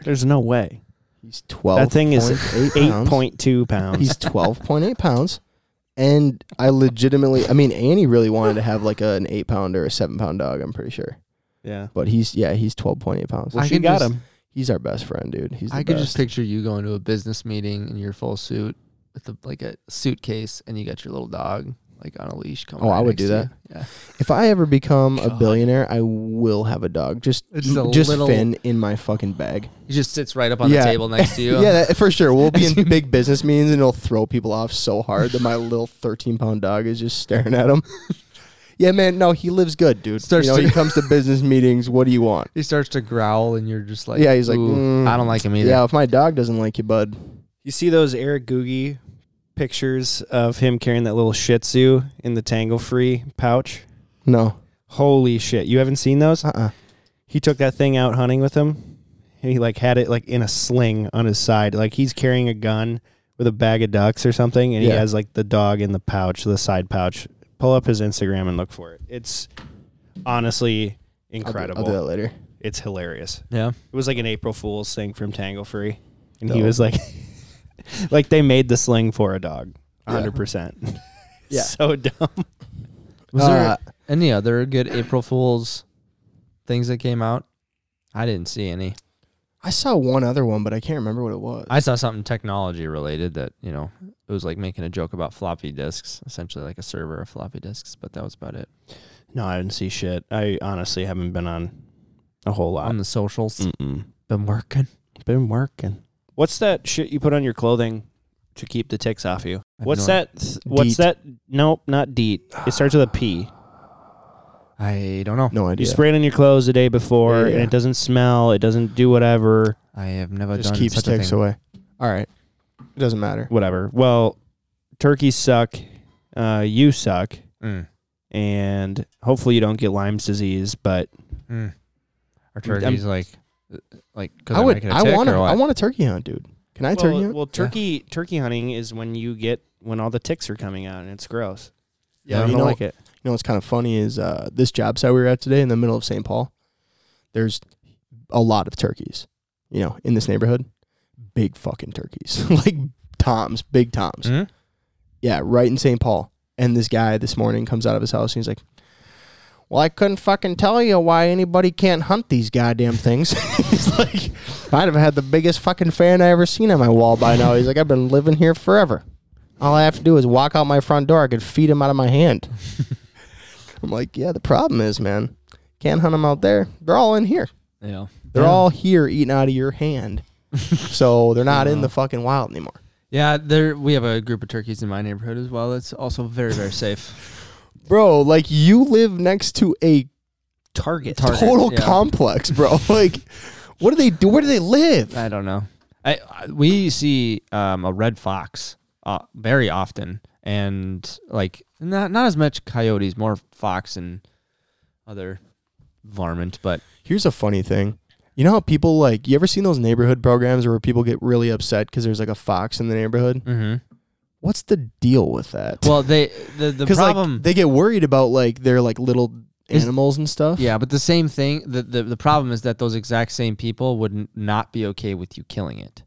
C: There's no way.
B: He's twelve.
C: That thing is Eight
B: pounds.
C: point two pounds.
B: He's twelve point eight pounds, and I legitimately, I mean, Annie really wanted to have like a, an eight pound or a seven pound dog. I'm pretty sure,
C: yeah.
B: but he's yeah, he's twelve point eight pounds.
A: Well, I
C: she
A: can
C: got
A: just-
C: him.
B: He's our best friend, dude. He's the
A: I could just
B: best.
A: picture you going to a business meeting in your full suit with the, like a suitcase and you got your little dog like on a leash coming
B: Oh,
A: right
B: I
A: next
B: would do
A: to
B: that.
A: you. Yeah.
B: If I ever become a
A: God.
B: billionaire, I will have a dog. Just
A: It's just a
B: just
A: little-
B: Finn in my fucking bag.
A: He just sits right up on
B: Yeah.
A: the table next to you.
B: yeah, that, for sure. We'll be
A: As
B: in big business meetings and it'll throw people off so hard that my little 13 pound dog is just staring at him. yeah, man. No, he lives good, dude.
A: Starts
B: you know,
A: to-
B: he comes to business meetings. What do you want?
A: He starts to growl and you're just like
B: yeah, he's like,
A: "Ooh,
B: "Mm,
A: I don't like him either.
B: Yeah, if my dog doesn't like you, bud.
C: You see those Eric Googie pictures of him carrying that little Shih Tzu in the Tangle Free pouch?
B: No.
C: Holy shit! You haven't seen those?
B: Uh uh
C: He took that thing out hunting with him. and He like had it like in a sling on his side, like he's carrying a gun with a bag of ducks or something, and he
B: Yeah.
C: has like the dog in the pouch, the side pouch. Pull up his Instagram and look for it. It's honestly incredible.
B: I'll do that later.
C: It's hilarious.
A: Yeah.
C: It was like an April Fool's thing from Tangle Free, and he
B: Dope.
C: was like, like they made the sling for a dog,
B: Yeah.
C: hundred percent.
B: Yeah.
C: so dumb.
A: Was
B: Uh,
A: there any other good April Fools things that came out? I didn't see any.
B: I saw one other one, but I can't remember what it was.
A: I saw something technology related that, you know, it was like making a joke about floppy disks, essentially like a server of floppy disks, but that was about it.
C: No, I didn't see shit. I honestly haven't been on a whole
B: Uh,
C: lot.
A: On the socials,
B: mm.
C: Mm-mm.
A: been working.
C: Been working. What's that shit you put on your clothing to keep the ticks off you?
A: I have
C: What's
A: no
C: that? th- what's
B: Deet.
C: that? Nope, not DEET. It starts with a P.
A: I don't know.
B: no
C: You
B: idea.
C: spray it on your clothes the day before,
B: Yeah, yeah,
C: and
B: yeah.
C: it doesn't smell. It doesn't do whatever.
A: I have never
B: Just
A: done
B: keeps
A: such a
B: ticks
A: thing.
B: away. All right. It doesn't matter.
C: Whatever. Well, turkeys suck. Uh, you suck,
A: Mm.
C: and hopefully you don't get Lyme's disease. But
A: Mm. Are
C: I'm-
A: turkeys like, uh, like, cause
B: I
A: I'm
B: would.
A: making a
B: I
A: tick
B: want.
A: or
B: I
A: what?
B: want a turkey hunt, dude. Can I turkey
C: well,
B: hunt?
C: well, turkey turkey hunting is when you get when all the ticks are coming out, and it's gross.
A: Yeah,
C: I
B: you
C: don't
B: know-
C: like it.
B: You know what's kind of funny is uh, this job site we were at today in the middle of St. Paul. There's a lot of turkeys, you know, in this neighborhood. Big fucking turkeys, like toms, big toms.
A: Mm?
B: Yeah, right in St. Paul. And this guy this morning comes out of his house and he's like, "Well, I couldn't fucking tell you why anybody can't hunt these goddamn things." he's like, "I'd have had the biggest fucking fan I ever seen on my wall by now." He's like, "I've been living here forever. All I have to do is walk out my front door. I could feed him out of my hand." I'm like, "Yeah, the problem is, man, can't hunt them out there. They're all in here.
A: Yeah.
B: They're
A: Yeah.
B: all here eating out of your hand." so they're not in the fucking wild anymore.
A: Yeah, there we have a group of turkeys in my neighborhood as well. That's also very very safe.
B: Bro, like you live next to a
C: Target.
A: Target.
B: total
A: yeah.
B: complex, bro. like, what do they do? Where do they live?
A: I don't know. I, I we see um, a red fox uh, very often, and like not not as much coyotes, more fox and other varmint. But
B: Here's a funny thing. You know how people like you ever seen those neighborhood programs where people get really upset because there's like a fox in the neighborhood? What's the deal with that?
A: Mm-hmm. well, they the the
B: 'Cause, like,
A: problem.
B: they get worried about like their like little
A: Is-
B: animals and stuff.
A: yeah, but the same thing. The, the the problem is that those exact same people would n- not be okay with you killing it,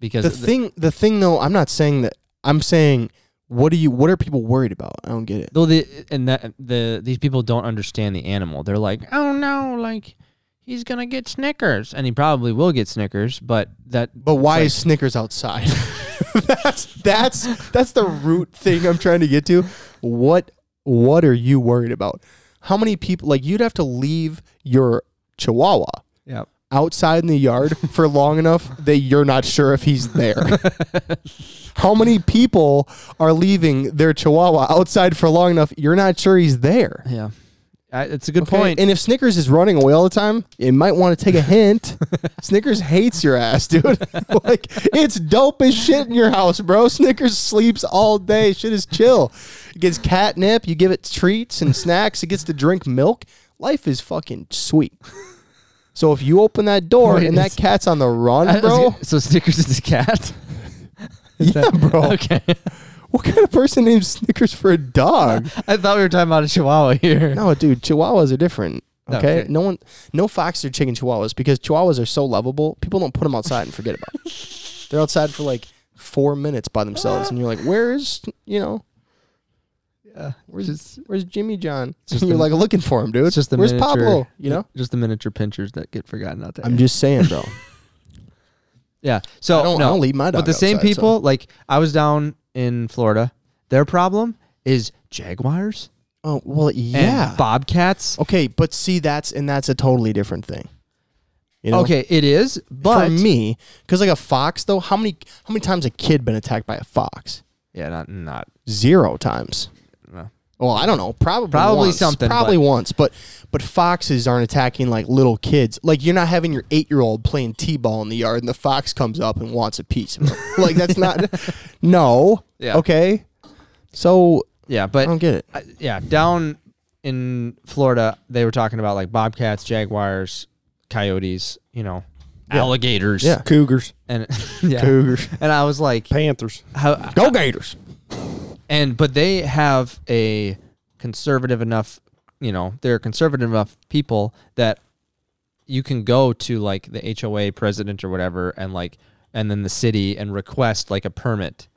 A: because
B: The
A: th-
B: thing, the thing though, I'm not saying that. I'm saying, what do you? What are people worried about? I don't get it.
A: though the and that the these people don't understand the animal. They're like, oh no, like he's gonna get Snickers, and he probably will get Snickers, but that
B: But why
A: like-
B: is Snickers outside? that's that's that's the root thing I'm trying to get to. What what are you worried about? How many people like you'd have to leave your chihuahua
A: yeah
B: outside in the yard for long enough that you're not sure if he's there? How many people are leaving their chihuahua outside for long enough you're not sure he's there?
A: Yeah, I, it's a good
B: Okay,
A: point.
B: And if Snickers is running away all the time, you might want to take a hint. Snickers hates your ass, dude. like it's dope as shit in your house, bro. Snickers sleeps all day. Shit is chill. It gets catnip. You give it treats and snacks. It gets to drink milk. Life is fucking sweet. So if you open that door
A: Wait,
B: and that
A: is-
B: cat's on the run,
A: I was
B: bro.
A: gonna- so Snickers is a cat.
B: Yeah, bro.
A: Okay,
B: What kind of person names Snickers for a dog?
A: I thought we were talking about a Chihuahua here.
B: No, dude, chihuahuas are different. Okay?
A: Okay.
B: no one, no fox or chicken chihuahuas because chihuahuas are so lovable. People don't put them outside and forget about. Them. They're outside for like four minutes by themselves, and you're like, "Where's you know,
A: Yeah,
B: where's
A: just-
B: where's Jimmy John?"
A: just
B: you're
A: the-
B: like looking for him, dude.
A: it's just the
B: where's
A: miniature-
B: Pablo? You know,
A: just the miniature pinchers that get forgotten out there.
B: I'm just saying, bro.
A: yeah. So
B: I don't,
A: no,
B: I don't leave my dog.
A: but the same
B: outside, so-
A: people, like I was down in Florida, their problem is jaguars
B: Oh well, yeah. Oh,
A: and bobcats.
B: okay, but see, that's and that's a totally different thing. You know?
A: Okay, it is, but
B: for me, because like a fox, though, how many how many times a kid been attacked by a fox?
A: yeah, not not
B: Zero times.
A: No.
B: Well, I don't know. Probably
A: Probably
B: once.
A: something,
B: Probably
A: but-
B: once, but but foxes aren't attacking like little kids. Like you're not having your eight year old playing t ball in the yard, and the fox comes up and wants a piece. of it. like that's not. No.
A: Yeah.
B: Okay. So
A: yeah,
B: I
A: but
B: don't get it.
A: I, yeah, down in Florida, they were talking about like bobcats, jaguars, coyotes, you know, alligators.
B: Yeah.
C: Cougars,
A: And yeah.
B: Cougars.
A: And I was like,
C: Panthers.
A: how,
B: Go Gators.
A: and but they have a conservative enough, you know, they're conservative enough people that you can go to like the HOA president or whatever and like and then the city and request like a permit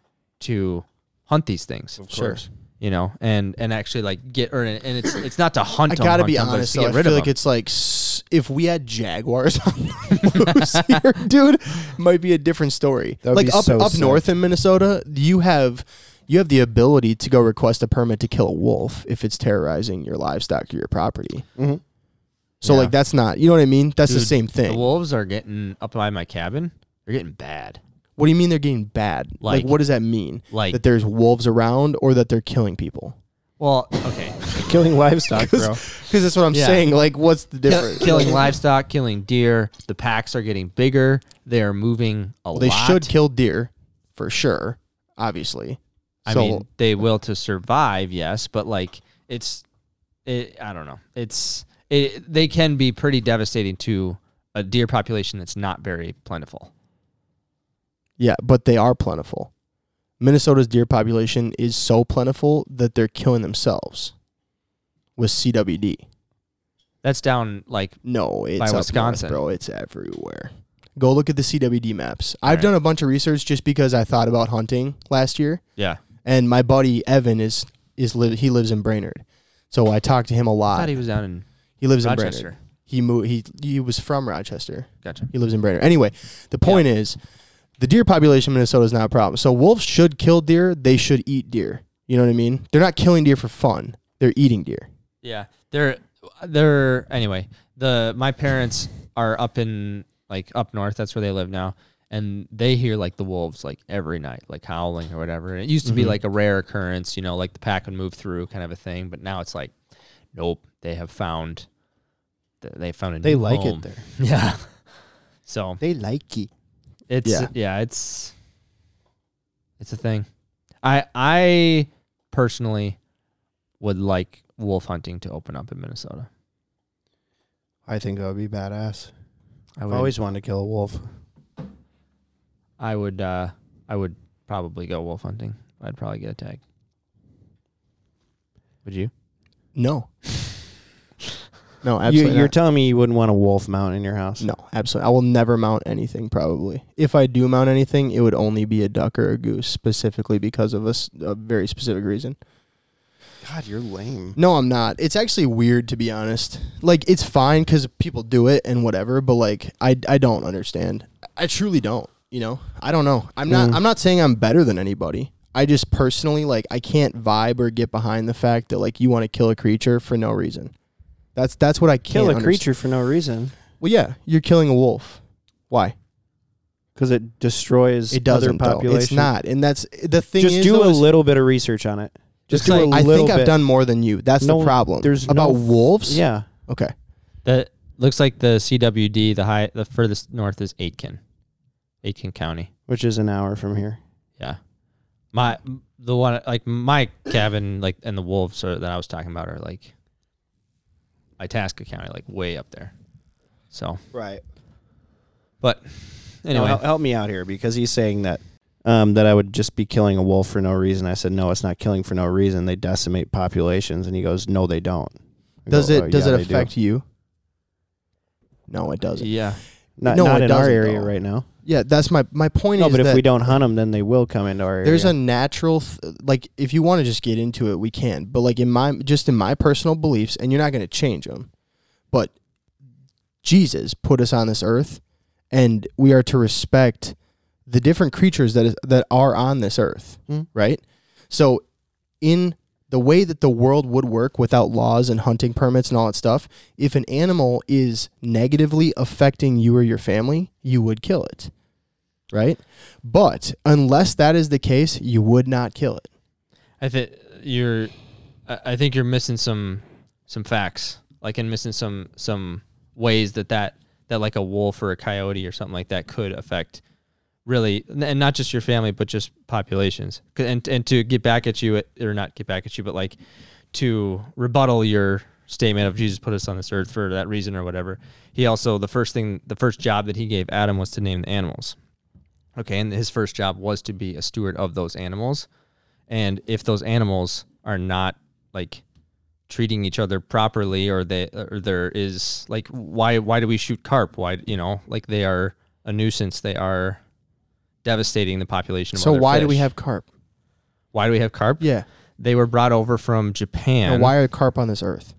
A: to hunt these things.
B: Sure.
A: you know, and and actually like get or and it's it's not to hunt.
B: I
A: 'em,
B: gotta
A: hunt
B: be
A: 'em, but
B: honest.
A: to
B: Though,
A: get
B: I
A: rid
B: feel
A: of
B: like
A: 'em.
B: it's like s- if we had jaguars on the loose here, dude, might be a different story.
C: That would
B: like
C: be
B: up
C: so
B: up
C: sick.
B: north in Minnesota, you have you have the ability to go request a permit to kill a wolf if it's terrorizing your livestock or your property.
C: Mm-hmm.
D: Mhm.
B: So
A: Yeah.
B: like that's not you know what I mean. That's the
A: Dude,
B: same
A: The
B: thing.
A: wolves are getting up by my cabin. They're getting bad.
B: what do you mean they're getting bad? Like,
A: Like-
B: what does that mean?
A: Like,
B: that there's wolves around or that they're killing people?
A: well, okay,
C: Killing livestock, bro.
B: Because that's what I'm
A: Yeah.
B: saying. Like what's the
A: Kill-
B: difference?
A: killing livestock, killing deer. The packs are getting bigger. They are moving a
B: Well,
A: lot.
B: they should kill deer for sure, obviously.
A: I
B: so
A: mean, they will to survive, yes, but like it's, it, I don't know. It's it, they can be pretty devastating to a deer population that's not very plentiful.
B: yeah, but they are plentiful. Minnesota's deer population is so plentiful that they're killing themselves with CWD.
A: That's down like
B: No, it's
A: By
B: up north,
A: Wisconsin.
B: bro. It's everywhere. Go look at the CWD maps. I've
A: right.
B: done a bunch of research just because I thought about hunting last year.
A: yeah.
B: and my buddy Evan is is li- he lives in Brainerd, so I talk to him a
A: I
B: lot.
A: thought
B: He,
A: he was down in
B: lives in
A: Rochester.
B: Brainerd. He moved. He he was from Rochester.
A: Gotcha.
B: He lives in Brainerd. Anyway, the point is, the deer population in Minnesota is not a problem. So wolves should kill deer. They should eat deer. You know what I mean? They're not killing deer for fun. They're eating deer.
A: Yeah, they're they're anyway. The my parents are up in like up north. That's where they live now, and they hear like the wolves like every night, like howling or whatever. And it used to
C: Mm-hmm.
A: be like a rare occurrence, you know, like the pack would move through, kind of a thing. But now it's like, nope, they have found th- they found a
C: They
A: new
C: like it
A: home. Yeah, so
D: They like it.
A: it's yeah.
B: Yeah.
A: it's it's a thing. I I personally would like wolf hunting to open up in Minnesota.
D: I think that would be badass.
A: I
C: I've
A: would
C: always wanted to kill a wolf.
A: I would uh I would probably go wolf hunting. I'd probably get a tag. Would you?
B: No. No,
C: You,
B: absolutely.
C: you're
B: not.
C: telling me you wouldn't want a wolf mount in your house?
B: no, absolutely. I will never mount anything. Probably, if I do mount anything, it would only be a duck or a goose, specifically because of a s a a very specific reason.
D: God, you're lame.
B: No, I'm not. It's actually weird to be honest. Like it's fine because people do it and whatever, but like I I don't understand. I truly don't. You know, I don't know. I'm not.
C: Mm.
B: I'm not saying I'm better than anybody. I just personally like I can't vibe or get behind the fact that like you want to kill a creature for no reason. That's that's what I can't
C: Kill a
B: underst-
C: creature for no reason.
B: Well, yeah, you're killing a wolf. Why?
C: because it destroys
B: It doesn't.
C: other
B: though.
C: population.
B: It's not, and that's the thing.
C: Just
B: is,
C: do
B: though,
C: a
B: is-
C: little bit of research on it. Just
A: It's
C: do a
A: like-
B: I
C: little
B: think
C: bit.
B: I've done more than you. That's
C: No,
B: the problem.
C: there's no-
B: about wolves.
C: Yeah,
B: Okay.
A: That looks like the CWD. The high, the furthest north is Aitken, Aitken County.
C: which is an hour from here.
A: Yeah, my the one like my cabin like and the wolves are, that I was talking about are like Itasca County, like way up there. So,
C: Right.
A: but anyway,
C: help, help me out here because he's saying that um, that I would just be killing a wolf for no reason. I said no, it's not killing for no reason. They decimate populations, and he goes, no, they don't. I
B: Does
C: go,
B: it
C: "Oh,
B: does
C: yeah,
B: it
C: they do."
B: affect you? No, it doesn't.
A: yeah,
C: Not,
B: No,
C: not
B: it
C: in our
B: doesn't,
C: area
B: though.
C: right now.
B: Yeah, that's my my point.
C: No,
B: is
C: but if
B: that
C: we don't hunt them, then they will come into our
B: there's a
C: area.
B: natural th- like if you want to just get into it, we can. But like in my just in my personal beliefs, and you're not going to change them. But Jesus put us on this earth, and we are to respect the different creatures that is that are on this earth,
C: Hmm.
B: right? So in the way that the world would work without laws and hunting permits and all that stuff, if an animal is negatively affecting you or your family, you would kill it. Right? But unless that is the case, you would not kill it.
A: I think you're, I I think you're missing some some facts, like and missing some some ways that that that like a wolf or a coyote or something like that could affect really n- and not just your family but just populations 'Cause- and and to get back at you uh, or not get back at you but like to rebuttal your statement of Jesus put us on this earth for that reason or whatever he also the first thing the first job that he gave Adam was to name the animals okay and his first job was to be a steward of those animals and if those animals are not like treating each other properly or they or there is like why why do we shoot carp why you know like they are a nuisance they are devastating the population of
B: So
A: other
B: why do we
A: fish.
B: have carp?
A: why do we have carp
B: Yeah.
A: they were brought over from Japan
B: And why are carp on this earth?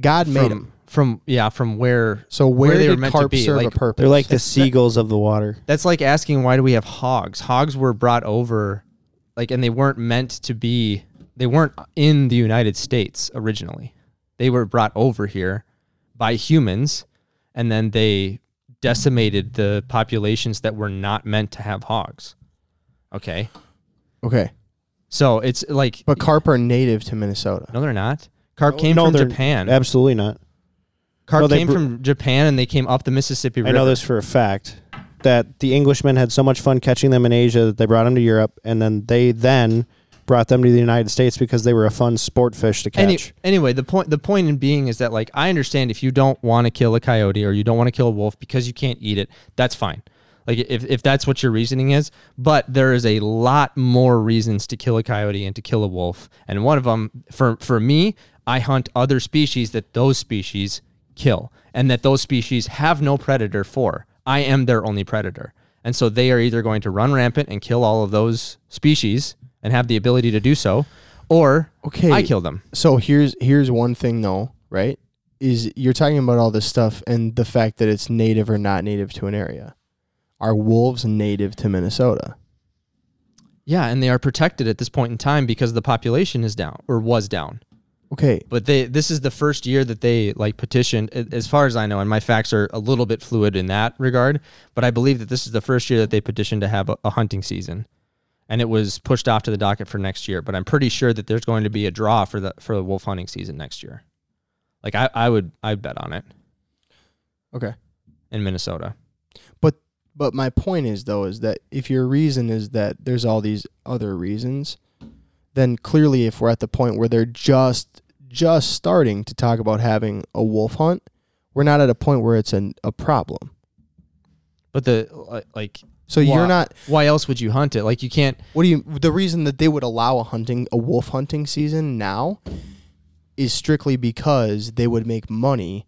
B: God
A: from,
B: made them.
A: from yeah from where
B: So where,
A: where they
B: did
A: were meant to
B: carp
A: be,
B: serve a
A: like,
B: purpose?
C: They're like the seagulls of the water.
A: That's like asking why do we have hogs? Hogs were brought over like and they weren't meant to be they weren't in the United States originally. They were brought over here by humans and then they decimated the populations that were not meant to have hogs. Okay.
B: okay.
A: So it's like
B: But carp are native to Minnesota.
A: no they're not. Carp came
C: Oh, No,
A: from
C: they're
A: Japan.
C: Absolutely not.
A: Carp
C: no, they
A: came
C: br-
A: from Japan and they came up the Mississippi
C: I
A: River.
C: know this for a fact that the Englishmen had so much fun catching them in Asia that they brought them to Europe, and then they then brought them to the United States because they were a fun sport fish to catch.
A: Any, anyway, the point the point in being is that like I understand if you don't want to kill a coyote or you don't want to kill a wolf because you can't eat it, that's fine. Like if, if that's what your reasoning is, but there is a lot more reasons to kill a coyote and to kill a wolf. And one of them for for me, I hunt other species that those species kill and that those species have no predator for. I am their only predator. And so they are either going to run rampant and kill all of those species and have the ability to do so, or
B: Okay.
A: I kill them.
B: So here's here's one thing though, right? Is you're talking about all this stuff and the fact that it's native or not native to an area. Are wolves native to Minnesota?
A: Yeah, and they are protected at this point in time because the population is down or was down.
B: Okay.
A: But they this is the first year that they like petitioned a- as far as I know and my facts are a little bit fluid in that regard, but I believe that this is the first year that they petitioned to have a, a hunting season. And it was pushed off to the docket for next year, but I'm pretty sure that there's going to be a draw for the for the wolf hunting season next year. Like I, I would I bet on it
B: Okay.
A: in Minnesota.
B: But my point is though is that if your reason is that there's all these other reasons, then clearly if we're at the point where they're just just starting to talk about having a wolf hunt, we're not at a point where it's an, a problem.
A: But the li- like
B: So
A: Why?
B: you're not
A: why else would you hunt it? Like you can't
B: what do you the reason that they would allow a hunting a wolf hunting season now is strictly because they would make money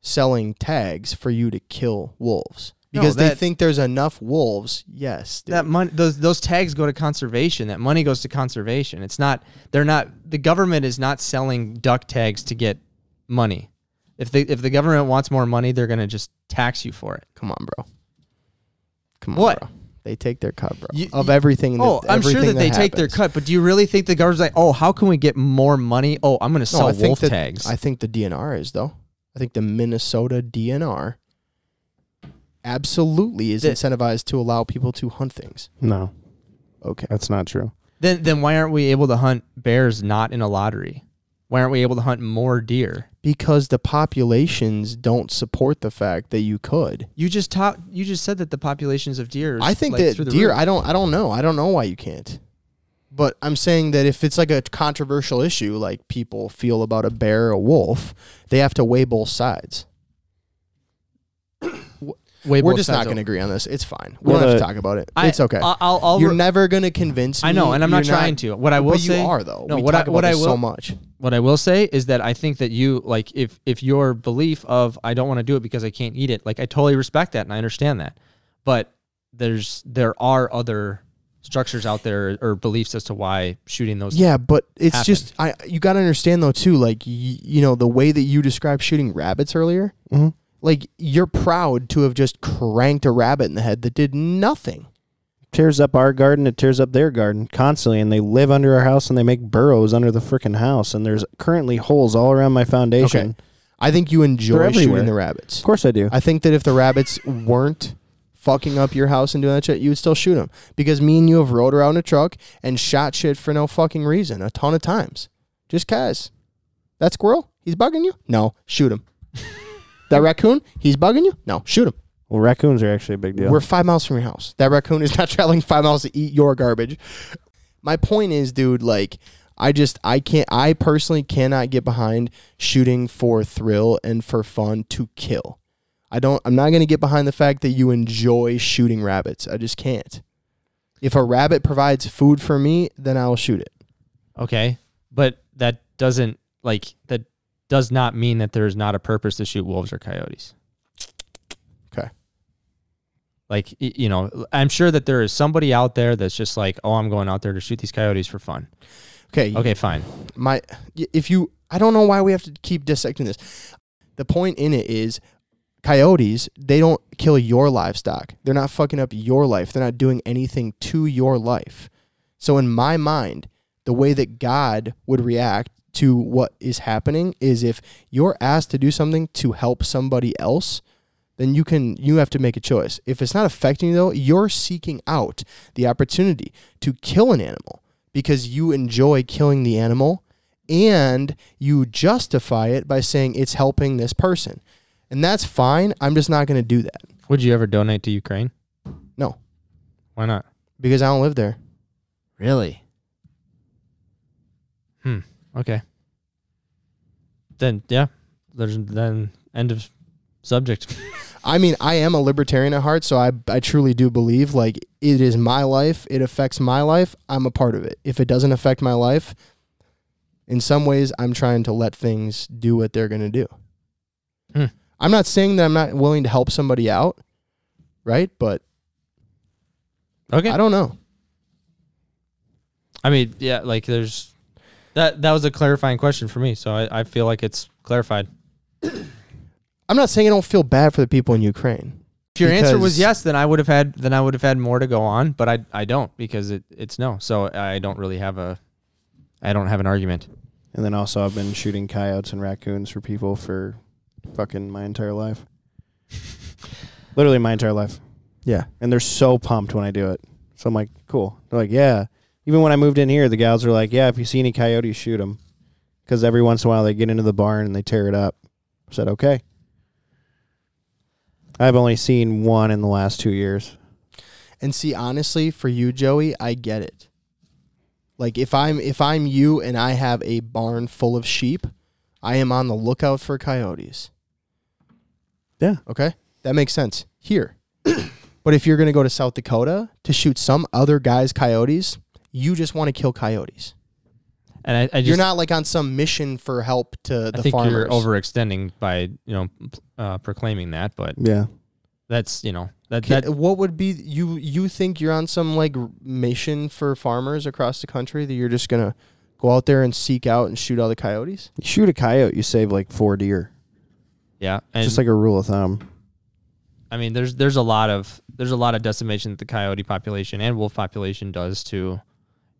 B: selling tags for you to kill wolves.
A: No,
B: Because they
A: that-
B: think there's enough wolves. Yes. dude.
A: that money those those tags go to conservation that money goes to conservation it's not they're not the government is not selling duck tags to get money if the if the government wants more money they're going to just tax you for it
B: Come on, bro. Come on,
A: What?
B: bro. They take their cut, bro.
A: You-
B: of
A: you-
B: everything.
A: oh
B: that,
A: i'm sure that,
B: everything
A: they take their
B: happens.
A: cut but do you really think the government's like oh how can we get more money oh i'm going to
B: No,
A: sell
B: I think
A: wolf
B: that-
A: tags
B: I think the DNR is though. I think the Minnesota DNR absolutely is
A: The-
B: incentivized to allow people to hunt things.
C: No,
B: Okay.
C: that's not true.
A: Then then why aren't we able to hunt bears not in a lottery? Why aren't we able to hunt more deer?
B: Because the populations don't support the fact that you could.
A: You just taught you just said that the populations of deer. is,
B: I think
A: like, through
B: that
A: the
B: deer.
A: roof.
B: I don't. I don't know. I don't know why you can't. But I'm saying that if it's like a controversial issue, like people feel about a bear or a wolf, they have to weigh both sides.
A: Way
B: We're
A: both
B: just not
A: sides
B: going to
A: over.
B: agree on this. It's fine. We
C: Well,
B: don't have to
C: the-
B: talk about it.
A: I-
B: it's okay.
A: I'll, I'll, I'll
B: You're
A: re-
B: never going to convince me.
A: I know, and I'm not
B: You're
A: trying to. What I will
B: but
A: say,
B: you are though.
A: No,
B: we
A: what
B: talk
A: I-
B: about
A: what I
B: this so
A: will-
B: much.
A: what I will say is that I think that you like if if your belief of I don't want to do it because I can't eat it, like I totally respect that and I understand that. But there's there are other structures out there or beliefs as to why shooting those
B: Yeah, but it's
A: happen.
B: just I. You got to understand though too. Like y- you know the way that you described shooting rabbits earlier.
C: Mhm.
B: Like you're proud to have just cranked a rabbit in the head that did nothing.
C: Tears up our garden, it tears up their garden constantly, and they live under our house and they make burrows under the freaking house. And there's currently holes all around my foundation.
B: Okay. I think you enjoy
C: They're
B: shooting
C: everywhere.
B: the
C: Of
B: rabbits.
C: course I do.
B: I think that if the rabbits weren't fucking up your house and doing that shit, you would still shoot them. Because me and you have rode around in a truck and shot shit for no fucking reason a ton of times. Just cause. That squirrel, he's bugging you? No, shoot him. that raccoon, he's bugging you? No, shoot him.
C: well, raccoons are actually a big deal.
B: We're five miles from your house. That raccoon is not traveling five miles to eat your garbage. My point is, dude, like, I just, I can't, I personally cannot get behind shooting for thrill and for fun to kill. I don't, I'm not going to get behind the fact that you enjoy shooting rabbits. I just can't. If a rabbit provides food for me, then I'll shoot it.
A: Okay. But that doesn't like that does not mean that there is not a purpose to shoot wolves or coyotes.
B: Okay.
A: Like y- you know, I'm sure that there is somebody out there that's just like, "Oh, I'm going out there to shoot these coyotes for fun."
B: Okay.
A: Okay, fine.
B: my if you I don't know why we have to keep dissecting this. The point in it is coyotes, they don't kill your livestock. They're not fucking up your life. They're not doing anything to your life. So in my mind, the way that God would react to what is happening is if you're asked to do something to help somebody else, then you can you have to make a choice. If it's not affecting you though, you're seeking out the opportunity to kill an animal because you enjoy killing the animal and you justify it by saying it's helping this person. And that's fine. I'm just not going to do that.
A: Would you ever donate to Ukraine?
B: No,
A: Why not?
B: because I don't live there.
A: Really? Hmm. Okay. Then yeah, there's then end of subject.
B: I mean, I am a libertarian at heart, so I, I truly do believe like it is my life. It affects my life. I'm a part of it. If it doesn't affect my life, in some ways, I'm trying to let things do what they're going to do.
A: Hmm.
B: I'm not saying that I'm not willing to help somebody out, right? But
A: Okay.
B: I don't know.
A: I mean, yeah, like there's that that was a clarifying question for me, so I, I feel like it's clarified.
B: I'm not saying I don't feel bad for the people in Ukraine.
A: If your answer
B: Because-
A: was yes, then I would have had then I would have had more to go on, but I I don't because it, it's no. So I don't really have a I don't have an argument.
C: and then also, I've been shooting coyotes and raccoons for people for fucking my entire life. Literally, my entire life.
B: Yeah.
C: and they're so pumped when I do it. So I'm like, cool. They're like, yeah. Even when I moved in here, the gals were like, yeah, if you see any coyotes, shoot them. Because every once in a while they get into the barn and they tear it up. I said, okay. I've only seen one in the last two years.
B: And see, honestly, for you, Joey, I get it. Like if I'm if I'm you and I have a barn full of sheep, I am on the lookout for coyotes.
C: Yeah.
B: Okay? That makes sense. Here. but if you're gonna go to South Dakota to shoot some other guy's coyotes, you just want to kill coyotes.
A: And I, I just
B: you're not like on some mission for help to
A: I
B: the
A: think
B: farmers.
A: you're overextending by you know uh, proclaiming that, but
C: Yeah.
A: that's you know that
B: Ca-
A: that
B: what would be you you think you're on some like r- mission for farmers across the country that you're just gonna go out there and seek out and shoot all the coyotes
C: You shoot a coyote, you save like four deer.
A: yeah. And
C: Just like a rule of thumb.
A: I mean, there's there's a lot of there's a lot of decimation that the coyote population and wolf population does to,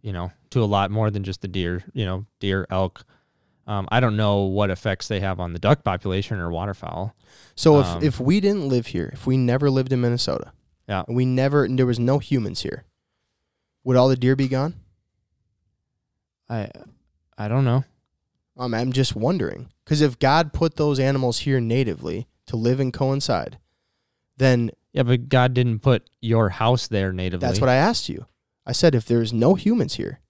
A: you know, to a lot more than just the deer. You know, deer, elk, Um, I don't know what effects they have on the duck population or waterfowl.
B: So if,
A: Um,
B: if we didn't live here, if we never lived in Minnesota,
A: Yeah.
B: and we never and there was no humans here, would all the deer be gone?
A: I I don't know.
B: Um, I'm just wondering because if God put those animals here natively to live and coincide, then
A: Yeah, but God didn't put your house there natively.
B: that's what I asked you. I said if there's no humans here,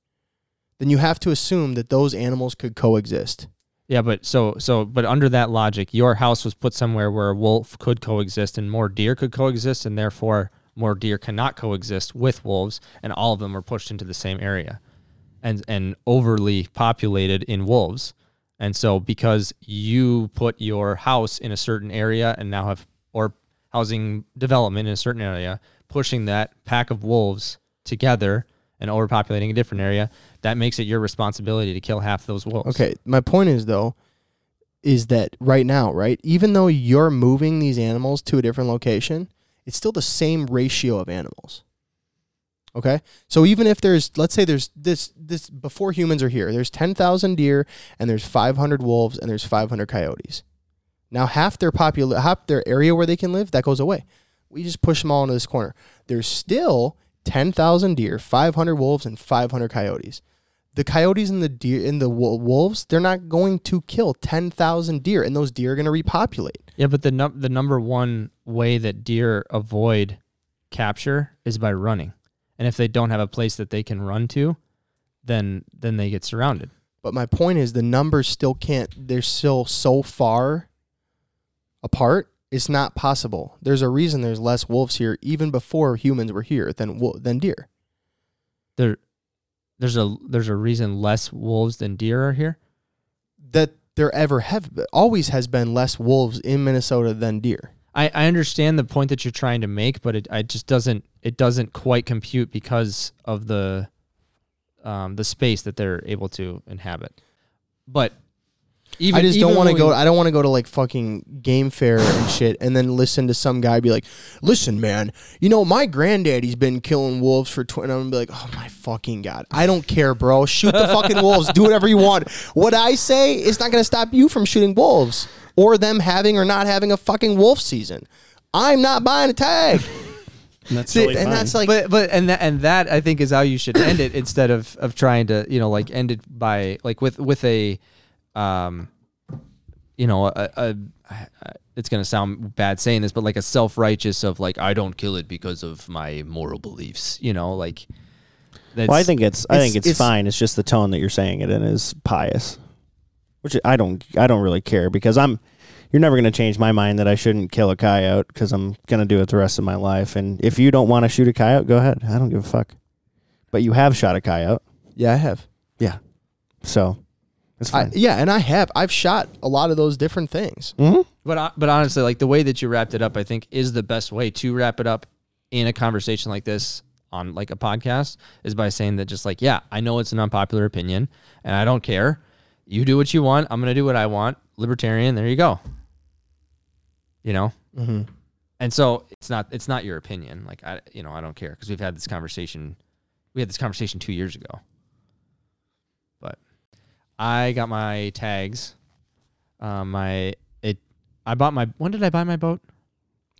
B: then you have to assume that those animals could coexist.
A: Yeah, but so so but under that logic, your house was put somewhere where a wolf could coexist and more deer could coexist, and therefore more deer cannot coexist with wolves, and all of them are pushed into the same area, and and overly populated in wolves, and so because you put your house in a certain area and now have or housing development in a certain area, pushing that pack of wolves together and overpopulating a different area, that makes it your responsibility to kill half those wolves.
B: Okay, my point is though, is that right now, right? Even though you're moving these animals to a different location, it's still the same ratio of animals. Okay, so even if there's, let's say there's this this before humans are here, there's ten thousand deer and there's five hundred wolves and there's five hundred coyotes. Now half their popula- half their area where they can live that goes away. We just push them all into this corner. There's still ten thousand deer, five hundred wolves, and five hundred coyotes the coyotes and the deer and the wo- wolves they're not going to kill 10,000 deer and those deer are going to repopulate.
A: Yeah, but the num- the number one way that deer avoid capture is by running. And if they don't have a place that they can run to, then then they get surrounded.
B: But my point is the numbers still can't they're still so far apart. It's not possible. There's a reason there's less wolves here even before humans were here than wo- than deer.
A: There there's a there's a reason less wolves than deer are here.
B: That there ever have always has been less wolves in Minnesota than deer.
A: I, I understand the point that you're trying to make, but it I just doesn't it doesn't quite compute because of the um, the space that they're able to inhabit. But even
B: I just don't
A: even
B: want to
A: when-
B: go. I don't want to go to like fucking game fair and shit, and then listen to some guy be like, "Listen, man, you know my granddaddy's been killing wolves for twenty. I'm gonna be like, "Oh my fucking god, I don't care, bro. Shoot the fucking wolves. Do whatever you want. What I say is not gonna stop you from shooting wolves or them having or not having a fucking wolf season. I'm not buying a tag.
C: And that's
B: See, and that's like,
A: but but and that and that I think is how you should end it instead of of trying to you know like end it by like with with a um you know a, a, a it's gonna sound bad saying this but like a self righteous of like I don't kill it because of my moral beliefs you know like that's
C: well, I think it's, I
B: it's-
C: think it's,
B: it's-
C: fine. It's just the tone that you're saying it in is pious, which I don't I don't really care because I'm you're never going to change my mind that I shouldn't kill a coyote because I'm going to do it the rest of my life. And if you don't want to shoot a coyote, go ahead. I don't give a fuck. But you have shot a coyote,
B: yeah, I have.
C: so it's
B: I,
C: fine.
B: yeah, and I have. I've shot a lot of those different things.
A: Mm. but I- but honestly like the way that you wrapped it up I think is the best way to wrap it up in a conversation like this on like a podcast is by saying that just like yeah I know it's an unpopular opinion and I don't care you do what you want I'm gonna do what I want libertarian there you go you know
B: Mm-hmm.
A: and so it's not it's not your opinion like I you know I don't care because we've had this conversation we had this conversation two years ago but I got my tags um, my it I bought my when did I buy my boat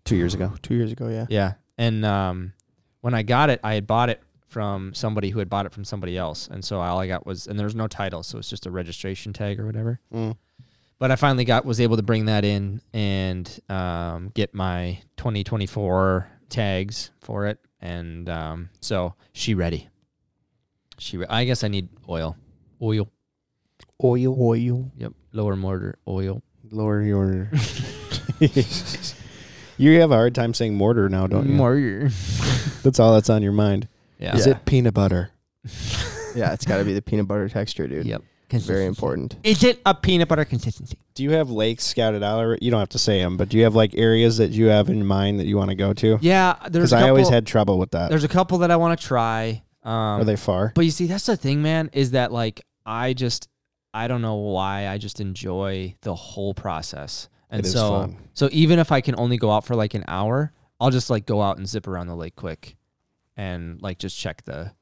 C: Two years ago,
B: Two years ago, yeah.
A: yeah. And um, when I got it, I had bought it from somebody who had bought it from somebody else. And so all I got was, and there was no title. So it's just a registration tag or whatever.
C: Mm.
A: But I finally got, was able to bring that in and um, get my 2024 tags for it. And um, so she ready. She, re- I guess I need oil. Oil.
C: oil
B: Oil.
A: Yep. Lower mortar oil.
C: lower your. you have a hard time saying mortar now, don't you?
A: Mortar.
C: That's all that's on your mind.
A: Yeah.
C: Is it peanut butter?
B: Yeah, it's got to be the peanut butter texture, dude.
A: Yep.
B: Very important.
A: Is it a peanut butter consistency?
C: Do you have lakes scouted out? alre- You don't have to say them, but do you have like areas that you have in mind that you want to go to?
A: Yeah. There's
C: Because
A: a
C: I always
A: couple-
C: had trouble with that.
A: There's a couple that I want to try. Um,
C: Are they far?
A: But you see, that's the thing, man, is that like I just I don't know why I just enjoy the whole process. And
C: It is
A: so
C: fun.
A: so even if I can only go out for like an hour, I'll just like go out and zip around the lake quick and like just check the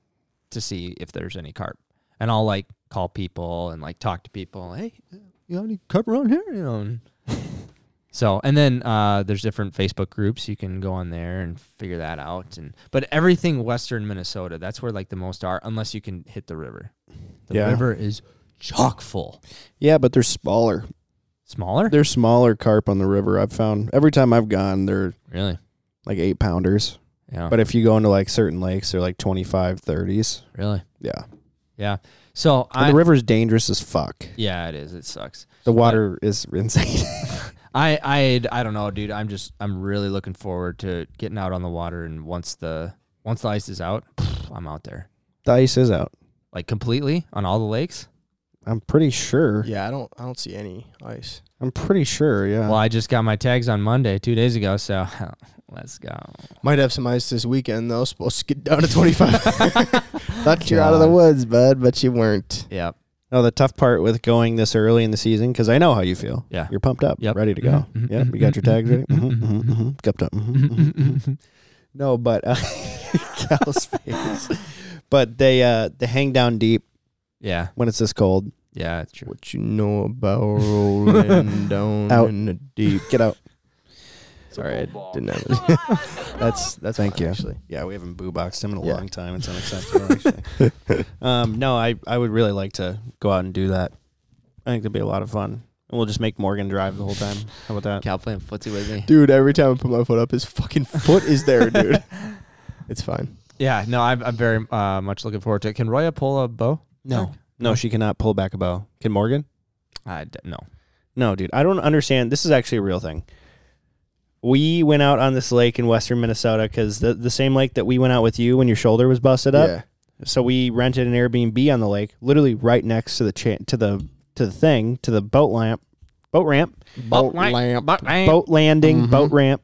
A: to see if there's any carp. and I'll like call people and like talk to people. Hey, you got any cup around here? You know. And so and then uh, there's different Facebook groups you can go on there and figure that out. And but everything Western Minnesota, that's where like the most are, unless you can hit the river. The
C: Yeah.
A: river is chock full.
C: Yeah, but they're smaller.
A: Smaller,
C: They're smaller carp on the river. I've found every time I've gone, they're
A: really?
C: like eight pounders.
A: Yeah,
C: But if you go into like certain lakes, they're like 25, 30s.
A: really.
C: Yeah.
A: Yeah. So
C: And
A: I.
C: the river's dangerous as fuck.
A: yeah, it is. It sucks.
C: The water is insane.
A: I I I don't know, dude. I'm just I'm really looking forward to getting out on the water and once the once the ice is out, I'm out there.
C: the ice is out.
A: Like completely on all the lakes.
C: I'm pretty sure.
B: Yeah, I don't I don't see any ice.
C: I'm pretty sure. Yeah.
A: Well, I just got my tags on Monday, 2 days ago, so let's go.
B: Might have some ice this weekend though. Supposed to get down to 25. Thought you're out of the
C: God.
B: woods, bud, but you weren't.
A: Yep.
C: no, the tough part with going this early in the season, because I know how you feel.
A: Yeah.
C: You're pumped up.
A: Yep.
C: Ready to go.
A: Mhm, mhm,
C: Yeah. You got your tags ready.
A: mhm,
C: Mhm, mhm, mhm. Cupped up.
A: Mm-hmm.
C: Mhm, mhm, mhm. No, but uh, cow's face. But they uh, they hang down deep
A: yeah.
C: when it's this cold.
A: Yeah, it's true.
B: What you know about rolling down
C: Out.
B: in the deep?
C: Get out.
B: Sorry, I didn't have it.
C: That's that's thank
B: fine,
C: you.
B: actually.
C: Yeah, we haven't boo boxed him in a
B: Yeah.
C: long time. It's unacceptable. actually. um, no, I I would really like to go out and do that. I think that'd be a lot of fun. And we'll just make Morgan drive the whole time. How about that?
A: Cal playing footsie with me.
B: dude. Every time I put my foot up, his fucking foot is there, dude. It's fine.
A: Yeah, no, I'm, I'm very uh, much looking forward to it. Can Roya pull a bow?
C: No, no, she cannot pull back a bow. Can Morgan?
A: I d- no.
C: No, dude, I don't understand. This is actually a real thing. We went out on this lake in western Minnesota because the, the same lake that we went out with you when your shoulder was busted up. So we rented an Airbnb on the lake, literally right next to the cha- to the to the thing to the boat lamp, boat ramp,
B: Boat lamp.
A: But I
C: boat landing,
A: Mm-hmm.
B: Mhm.
C: boat ramp,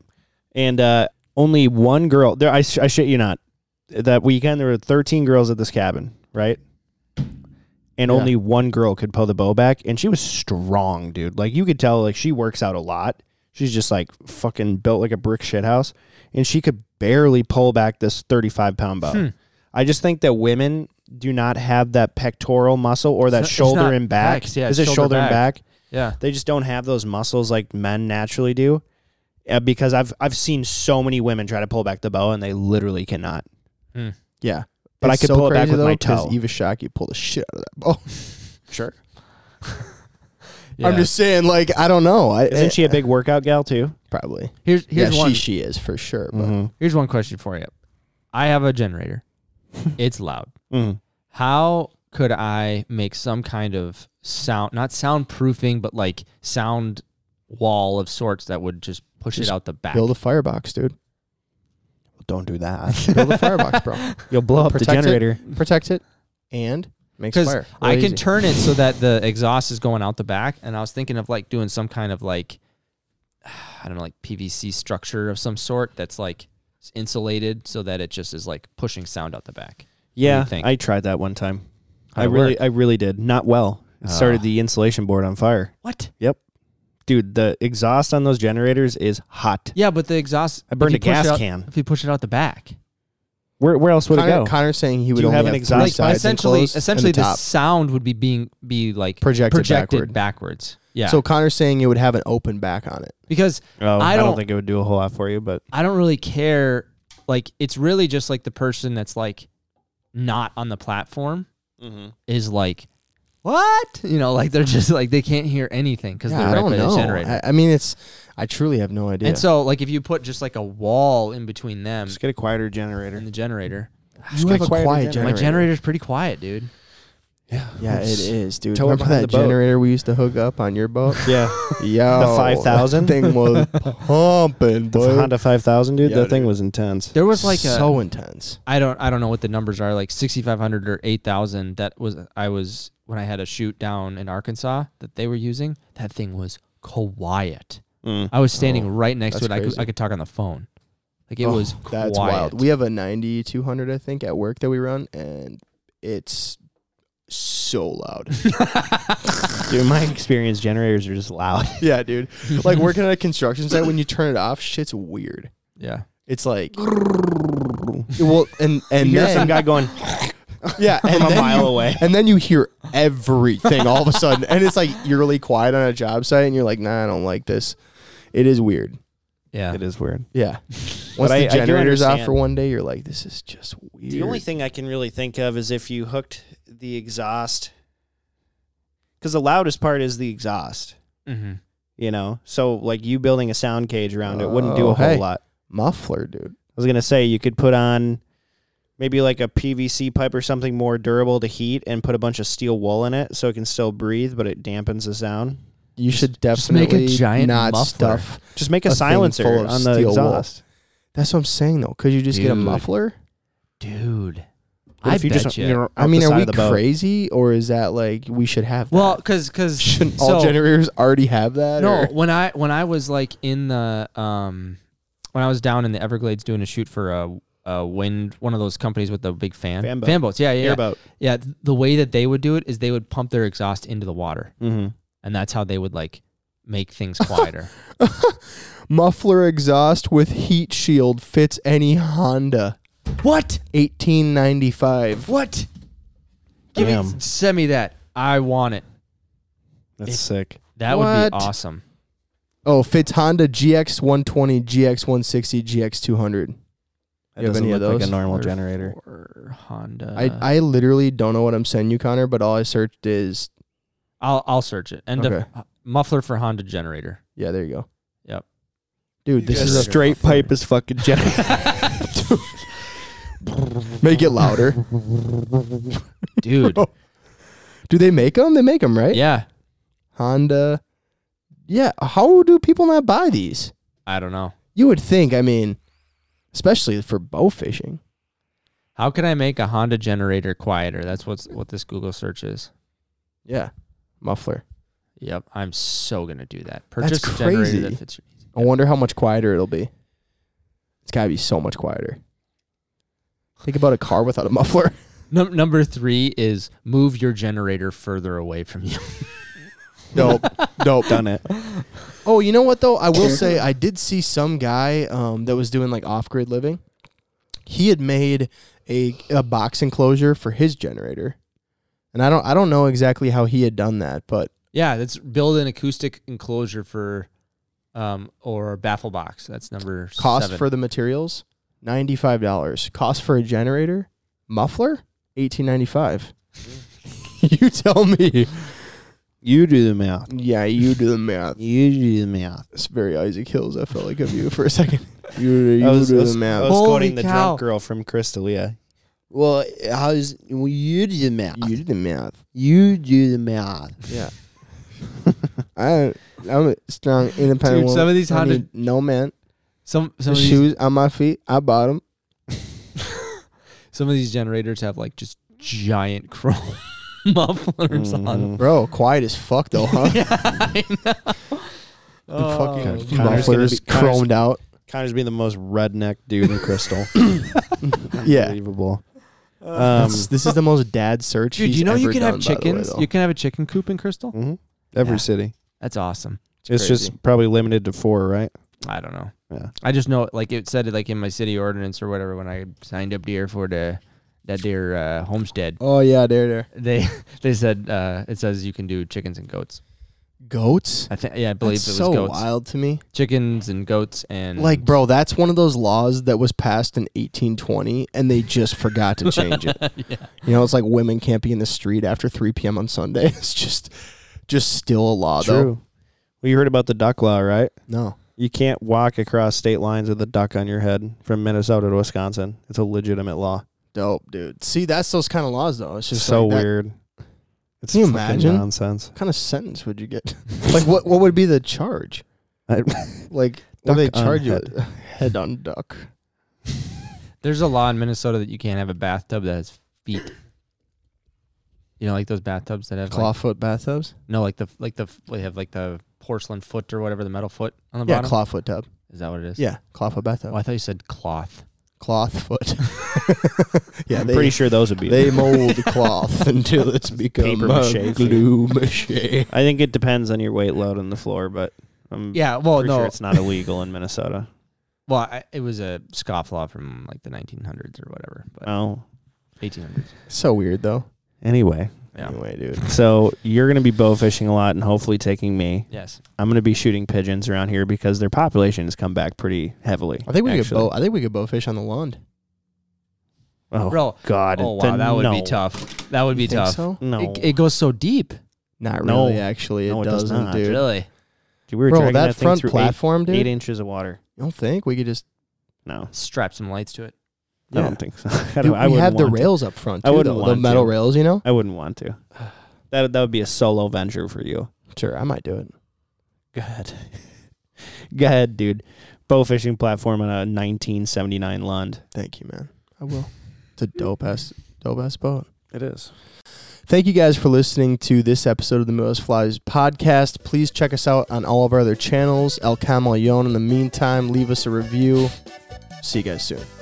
C: and uh, only one girl. There, I, sh- I shit you not. That weekend there were thirteen girls at this cabin, right? And
B: Yeah.
C: only one girl could pull the bow back, and she was strong, dude. Like you could tell, like she works out a lot. She's just like fucking built like a brick shit house, and she could barely pull back this thirty-five pound
A: Hmm.
C: bow. I just think that women do not have that pectoral muscle or that
A: not- it's
C: shoulder
A: not
C: and back.
A: pecs, yeah,
C: Is it
A: it's
C: shoulder,
A: shoulder
C: and
A: back.
C: back?
A: yeah.
C: They just don't have those muscles like men naturally do. Uh, because I've I've seen so many women try to pull back the bow and they literally cannot.
B: Yeah.
C: But I could pull it back with my
B: because
C: toe.
B: Eva Shockey pulled the shit out of that ball.
C: Sure.
A: yeah.
B: I'm just saying, like, I don't know. I, eh,
C: Isn't she a big workout gal too?
B: Probably.
A: Here's here's
B: yeah,
A: one.
B: she she is for sure. But
C: Mm-hmm.
A: Here's one question for you. I have a generator. it's loud.
C: Mm.
A: How could I make some kind of sound, not soundproofing, but like sound wall of sorts that would just push
B: Just
A: it out the back?
B: build a firebox, dude.
C: Don't do that.
B: Build a firebox, bro.
C: You'll blow up the
B: Protect it.
C: generator.
B: Protect it and makes
A: because
B: fire.
A: I
B: Real
A: can
B: easy.
A: turn it so that the exhaust is going out the back, and I was thinking of like doing some kind of like I don't know, like PVC structure of some sort that's like insulated so that it just is like pushing sound out the back.
C: Yeah,
A: think?
C: I tried that one time.
A: How'd
C: I
A: it
C: really
A: work?
C: I really did. Not well. It started
A: Ah.
C: the insulation board on fire.
A: What?
C: Dude, the exhaust on those generators is hot.
A: Yeah, but the exhaust.
C: I burned
A: if
C: a
A: you push it
C: gas
A: out-
C: can.
A: If you push it out the back.
C: Where where else would it
B: Connor,
C: go?
B: Connor's saying he would
C: you
B: only
C: have an
B: three
C: exhaust? Like,
B: sides
A: essentially,
B: enclosed and
A: essentially, the,
B: top.
A: sound would be being be like
B: Projected backward.
A: backwards. Yeah.
B: So Connor's saying it would have an open back on it.
A: because
C: Oh,
A: I
C: I don't
A: don't-
C: think it would do a whole lot for you, but
A: I don't really care. Like it's really just like the person that's like not on the platform is like what you know like they're just like they can't hear anything because
B: Yeah,
A: they're
B: I
A: right
B: don't
A: by the
B: know.
A: generator.
B: I, I mean, it's. I truly have no idea.
A: And so like if you put just like a wall in between them
C: just get a quieter generator.
A: and the generator,
B: you
C: get
B: have a
C: a
B: quiet
C: quieter generator.
B: generator.
A: my generator's pretty quiet, dude.
B: Yeah, it is, dude.
C: tow it
B: Remember
C: behind
B: that
C: the boat.
B: generator we used to hook up on your boat?
C: Yeah.
B: Yeah,
C: The 5000?
B: thing was pumping,
C: The
B: boy.
C: Honda 5000, dude,
B: Yeah,
C: that thing
B: dude.
C: was intense.
A: There was like a
B: so intense.
A: I don't I don't know what the numbers are like 6500 or 8000 that was I was when I had a shoot down in Arkansas that they were using that thing was quiet.
C: Mm.
A: I was standing right next to it.
B: that's
A: I could
B: crazy.
A: I could talk on the phone. Like it
B: Oh,
A: was
B: That's
A: quiet.
B: wild. We have a 9200, I think, at work that we run, and it's so loud.
C: Dude, in my experience, generators are just loud.
B: yeah, dude. Like working at a construction site, when you turn it off, shit's weird.
A: yeah.
B: It's like well, and and
C: You hear
B: then-
C: some guy going,
B: Yeah, and
D: a
B: then
D: mile
B: you-
D: away.
B: and then you hear everything all of a sudden, and it's like you're really quiet on a job site, and you're like, "Nah, I don't like this." It is weird.
A: Yeah.
C: It is weird.
B: Yeah, once
C: I- I
B: the
C: do
B: generator's off
C: understand.
B: for one day, you're like, "This is just weird."
C: The only thing I can really think of is if you hooked the exhaust, because the loudest part is the exhaust.
A: Mm-hmm.
C: You know, so like you building a sound cage around it wouldn't do
B: Oh,
C: a whole
B: hey.
C: lot.
B: muffler, dude.
C: I was gonna say you could put on maybe like a PVC pipe or something more durable to heat and put a bunch of steel wool in it so it can still breathe, but it dampens the sound.
B: You should
A: just make a
B: definitely
A: giant
B: not
A: muffler.
B: stuff.
C: Just make a,
B: A thing
C: silencer
B: full of
C: on the
B: steel wool.
C: exhaust.
B: That's what I'm saying though. Could you just get a
A: Dude.
B: muffler?
A: Dude.
C: What
A: I
C: if you
A: bet
C: just
A: ya.
C: you know,
B: I
C: out
B: mean,
C: the
B: are
C: side
B: we
C: of the boat?
B: crazy or is that like we should have?
A: Well,
B: that?
A: because because
B: shouldn't all generators already have that?
A: No,
B: or-
A: when I when I was like in the um when I was down in the Everglades doing a shoot for a, a wind one of those companies with the big fan
C: Fan boat.
A: fan boats. Yeah, yeah, yeah.
C: Airboat.
A: yeah. th- The way that they would do it is they would pump their exhaust into the water,
C: Mm-hmm.
A: and that's how they would like make things quieter.
B: muffler exhaust with heat shield fits any Honda.
A: what?
B: 1895.
A: What? Give me,
C: Damn.
A: send me that. I want it.
C: That's
A: It-
C: sick.
A: That would
B: What?
A: be awesome.
B: Oh, fits Honda GX120, GX160, GX200.
C: That
B: You have
C: doesn't
B: any
C: look
B: of
C: like
B: those?
C: a normal
A: Or
C: generator.
A: for Honda. I,
B: I, I literally don't know what I'm sending you, Connor, but all I searched is
A: will I'll search it. End
B: Okay.
A: of muffler for Honda generator.
B: yeah, there you go.
A: Yep.
B: Dude, this is a
D: straight pipe is fucking generator.
B: make it louder.
A: Dude.
B: do they make them? They make them, right?
A: yeah.
B: Honda. Yeah, how do people not buy these?
A: I don't know.
B: You would think, I mean, especially for bow fishing.
A: How can I make a Honda generator quieter? That's what's what this Google search is.
B: Yeah. Muffler.
A: Yep, I'm so gonna do that. Purchase
B: That's
A: a generator
B: crazy.
A: that fits.
B: I wonder how much quieter it'll be. It's got to be so much quieter. Think about a car without a muffler.
A: Num- number three is move your generator further away from you.
B: nope. Nope.
C: Done it.
B: Oh, you know what though? I will say I did see some guy um, that was doing like off-grid living. He had made a a box enclosure for his generator. And I don't I don't know exactly how he had done that, but
A: yeah, that's build an acoustic enclosure for, um, or baffle box. That's number
B: cost
A: seven.
B: for the materials $95. Cost for a generator muffler 1895. you tell me.
C: You do the math.
B: Yeah, you do the math.
C: You do the math.
B: It's very Isaac Hills. I felt like of you for a second. you
C: I was, I was,
B: the
C: I
B: math.
C: was
A: Holy
C: quoting the
A: cow.
C: drunk girl from Crystalia. Well, how's you do the math?
B: You did the math.
C: You do the math.
B: Yeah. I I'm a strong independent
A: Dude,
B: woman.
A: some of these
B: I
A: Honda-
B: need no man.
A: Some some
B: The
A: of, these,
B: shoes on my feet. I bought them.
A: some of these generators have like just giant chrome mufflers
B: Mm-hmm.
A: on them.
B: Bro, quiet as fuck though, huh?
A: Yeah, I know.
B: the
A: Oh,
B: fucking
C: God. Connor's gonna
B: mufflers
C: be- Connor's-
B: chromed out.
C: Connor's being the most redneck dude in Crystal.
B: Yeah.
C: Unbelievable. Um,
B: That's- this is the most dad search.
A: dude,
B: he's
A: you know you
B: ever
A: can
B: done,
A: have
B: by the way,
A: chickens.
B: though.
A: you can have a chicken coop in Crystal.
C: mhm. Every
A: Yeah.
C: city.
A: That's awesome.
C: It's
B: crazy.
C: just probably limited to four, right?
A: I don't know.
C: Yeah.
A: I just know, like it said, it like in my city ordinance or whatever when I signed up deer for the that deer uh, homestead.
B: oh yeah, there, there.
A: They they said uh, it says you can do chickens and goats.
B: Goats.
A: I think yeah, I believe
B: That's
A: it was
B: so
A: goats,
B: wild to me.
A: chickens and goats and
C: Mm.
B: Like, bro, that's one of those laws that was passed in 1820 and they just forgot to change it. You know, it's like women can't be in the street after 3 p.m. on Sunday. It's just just still a law though.
C: Well, you heard about the duck law, right?
B: No.
C: You can't walk across state lines with a duck on your head from Minnesota to Wisconsin. It's a legitimate law.
B: Dope, dude. See, that's those kind of laws though. It's
C: It's
B: just
C: so
B: like that-
C: weird. It's
B: Can you
C: fucking
B: imagine?
C: nonsense.
B: What kind of sentence would you get? like what what would be the charge?
C: I,
B: Like what do they
C: Duck on
B: charge you
C: head.
B: with? head on duck.
A: there's a law in Minnesota that you can't have a bathtub that has feet. You know, like those bathtubs that have like,
B: Clawfoot bathtubs?
A: no, like the like the they have like the porcelain foot or whatever the metal foot on the
B: Yeah,
A: bottom.
B: clawfoot tub.
A: Is that what it is?
B: Yeah, clawfoot
A: Oh,
B: bathtub.
A: I thought you said cloth.
B: Cloth foot. yeah,
C: am
B: they-
C: pretty sure those would be.
B: They mold cloth until it's become
C: Paper
B: a
C: mache.
B: glue mache.
C: I think it depends on your weight load on the floor, but I'm
A: Yeah. Well,
C: pretty
A: no,
C: sure it's not illegal in Minnesota.
A: Well, I, it was a scofflaw from like the 1900s or whatever. But
C: Oh,
A: 1800s.
B: So weird though.
C: Anyway,
A: Yeah.
B: Anyway, dude.
C: so you're going to be bow fishing a lot and hopefully taking me.
A: Yes.
C: I'm going to be shooting pigeons around here because their population has come back pretty heavily.
B: I think we
C: Actually.
B: could bow. I think we could bow fish on the lawn.
C: Oh,
A: Bro.
C: God.
A: Oh
C: Then
A: wow, that would be
C: no.
A: tough. That would be
B: You think
A: tough.
B: So?
C: No.
A: It, it goes so deep.
B: Not
C: No.
B: really. Actually, it
C: No, it does
B: doesn't,
C: not.
B: dude.
A: Really?
C: Dude, we were
B: Bro,
C: dragging
B: that,
C: that, thing
B: front
C: through eight-
B: platform, dude.
C: eight inches of water.
B: I don't think we could just.
C: No,
A: Strap some lights to it.
C: I
B: Yeah.
C: don't think so. I, don't,
B: Dude,
C: I
B: we
C: wouldn't
B: have the
C: want to.
B: rails up front.
C: I
B: Too,
C: wouldn't
B: though, the
C: want
B: metal
C: to.
B: rails. You know.
C: I wouldn't want to. That that would be a solo venture for you.
B: Sure, I might do it.
C: Go ahead. Go ahead, dude. Bow fishing platform on a 1979 Lund.
B: Thank you, man. I will. It's a dope ass, dope ass boat.
C: It is.
B: Thank you guys for listening to this episode of the Midwest Flies podcast. Please check us out on all of our other channels. El Camaleon. In the meantime, leave us a review. See you guys soon.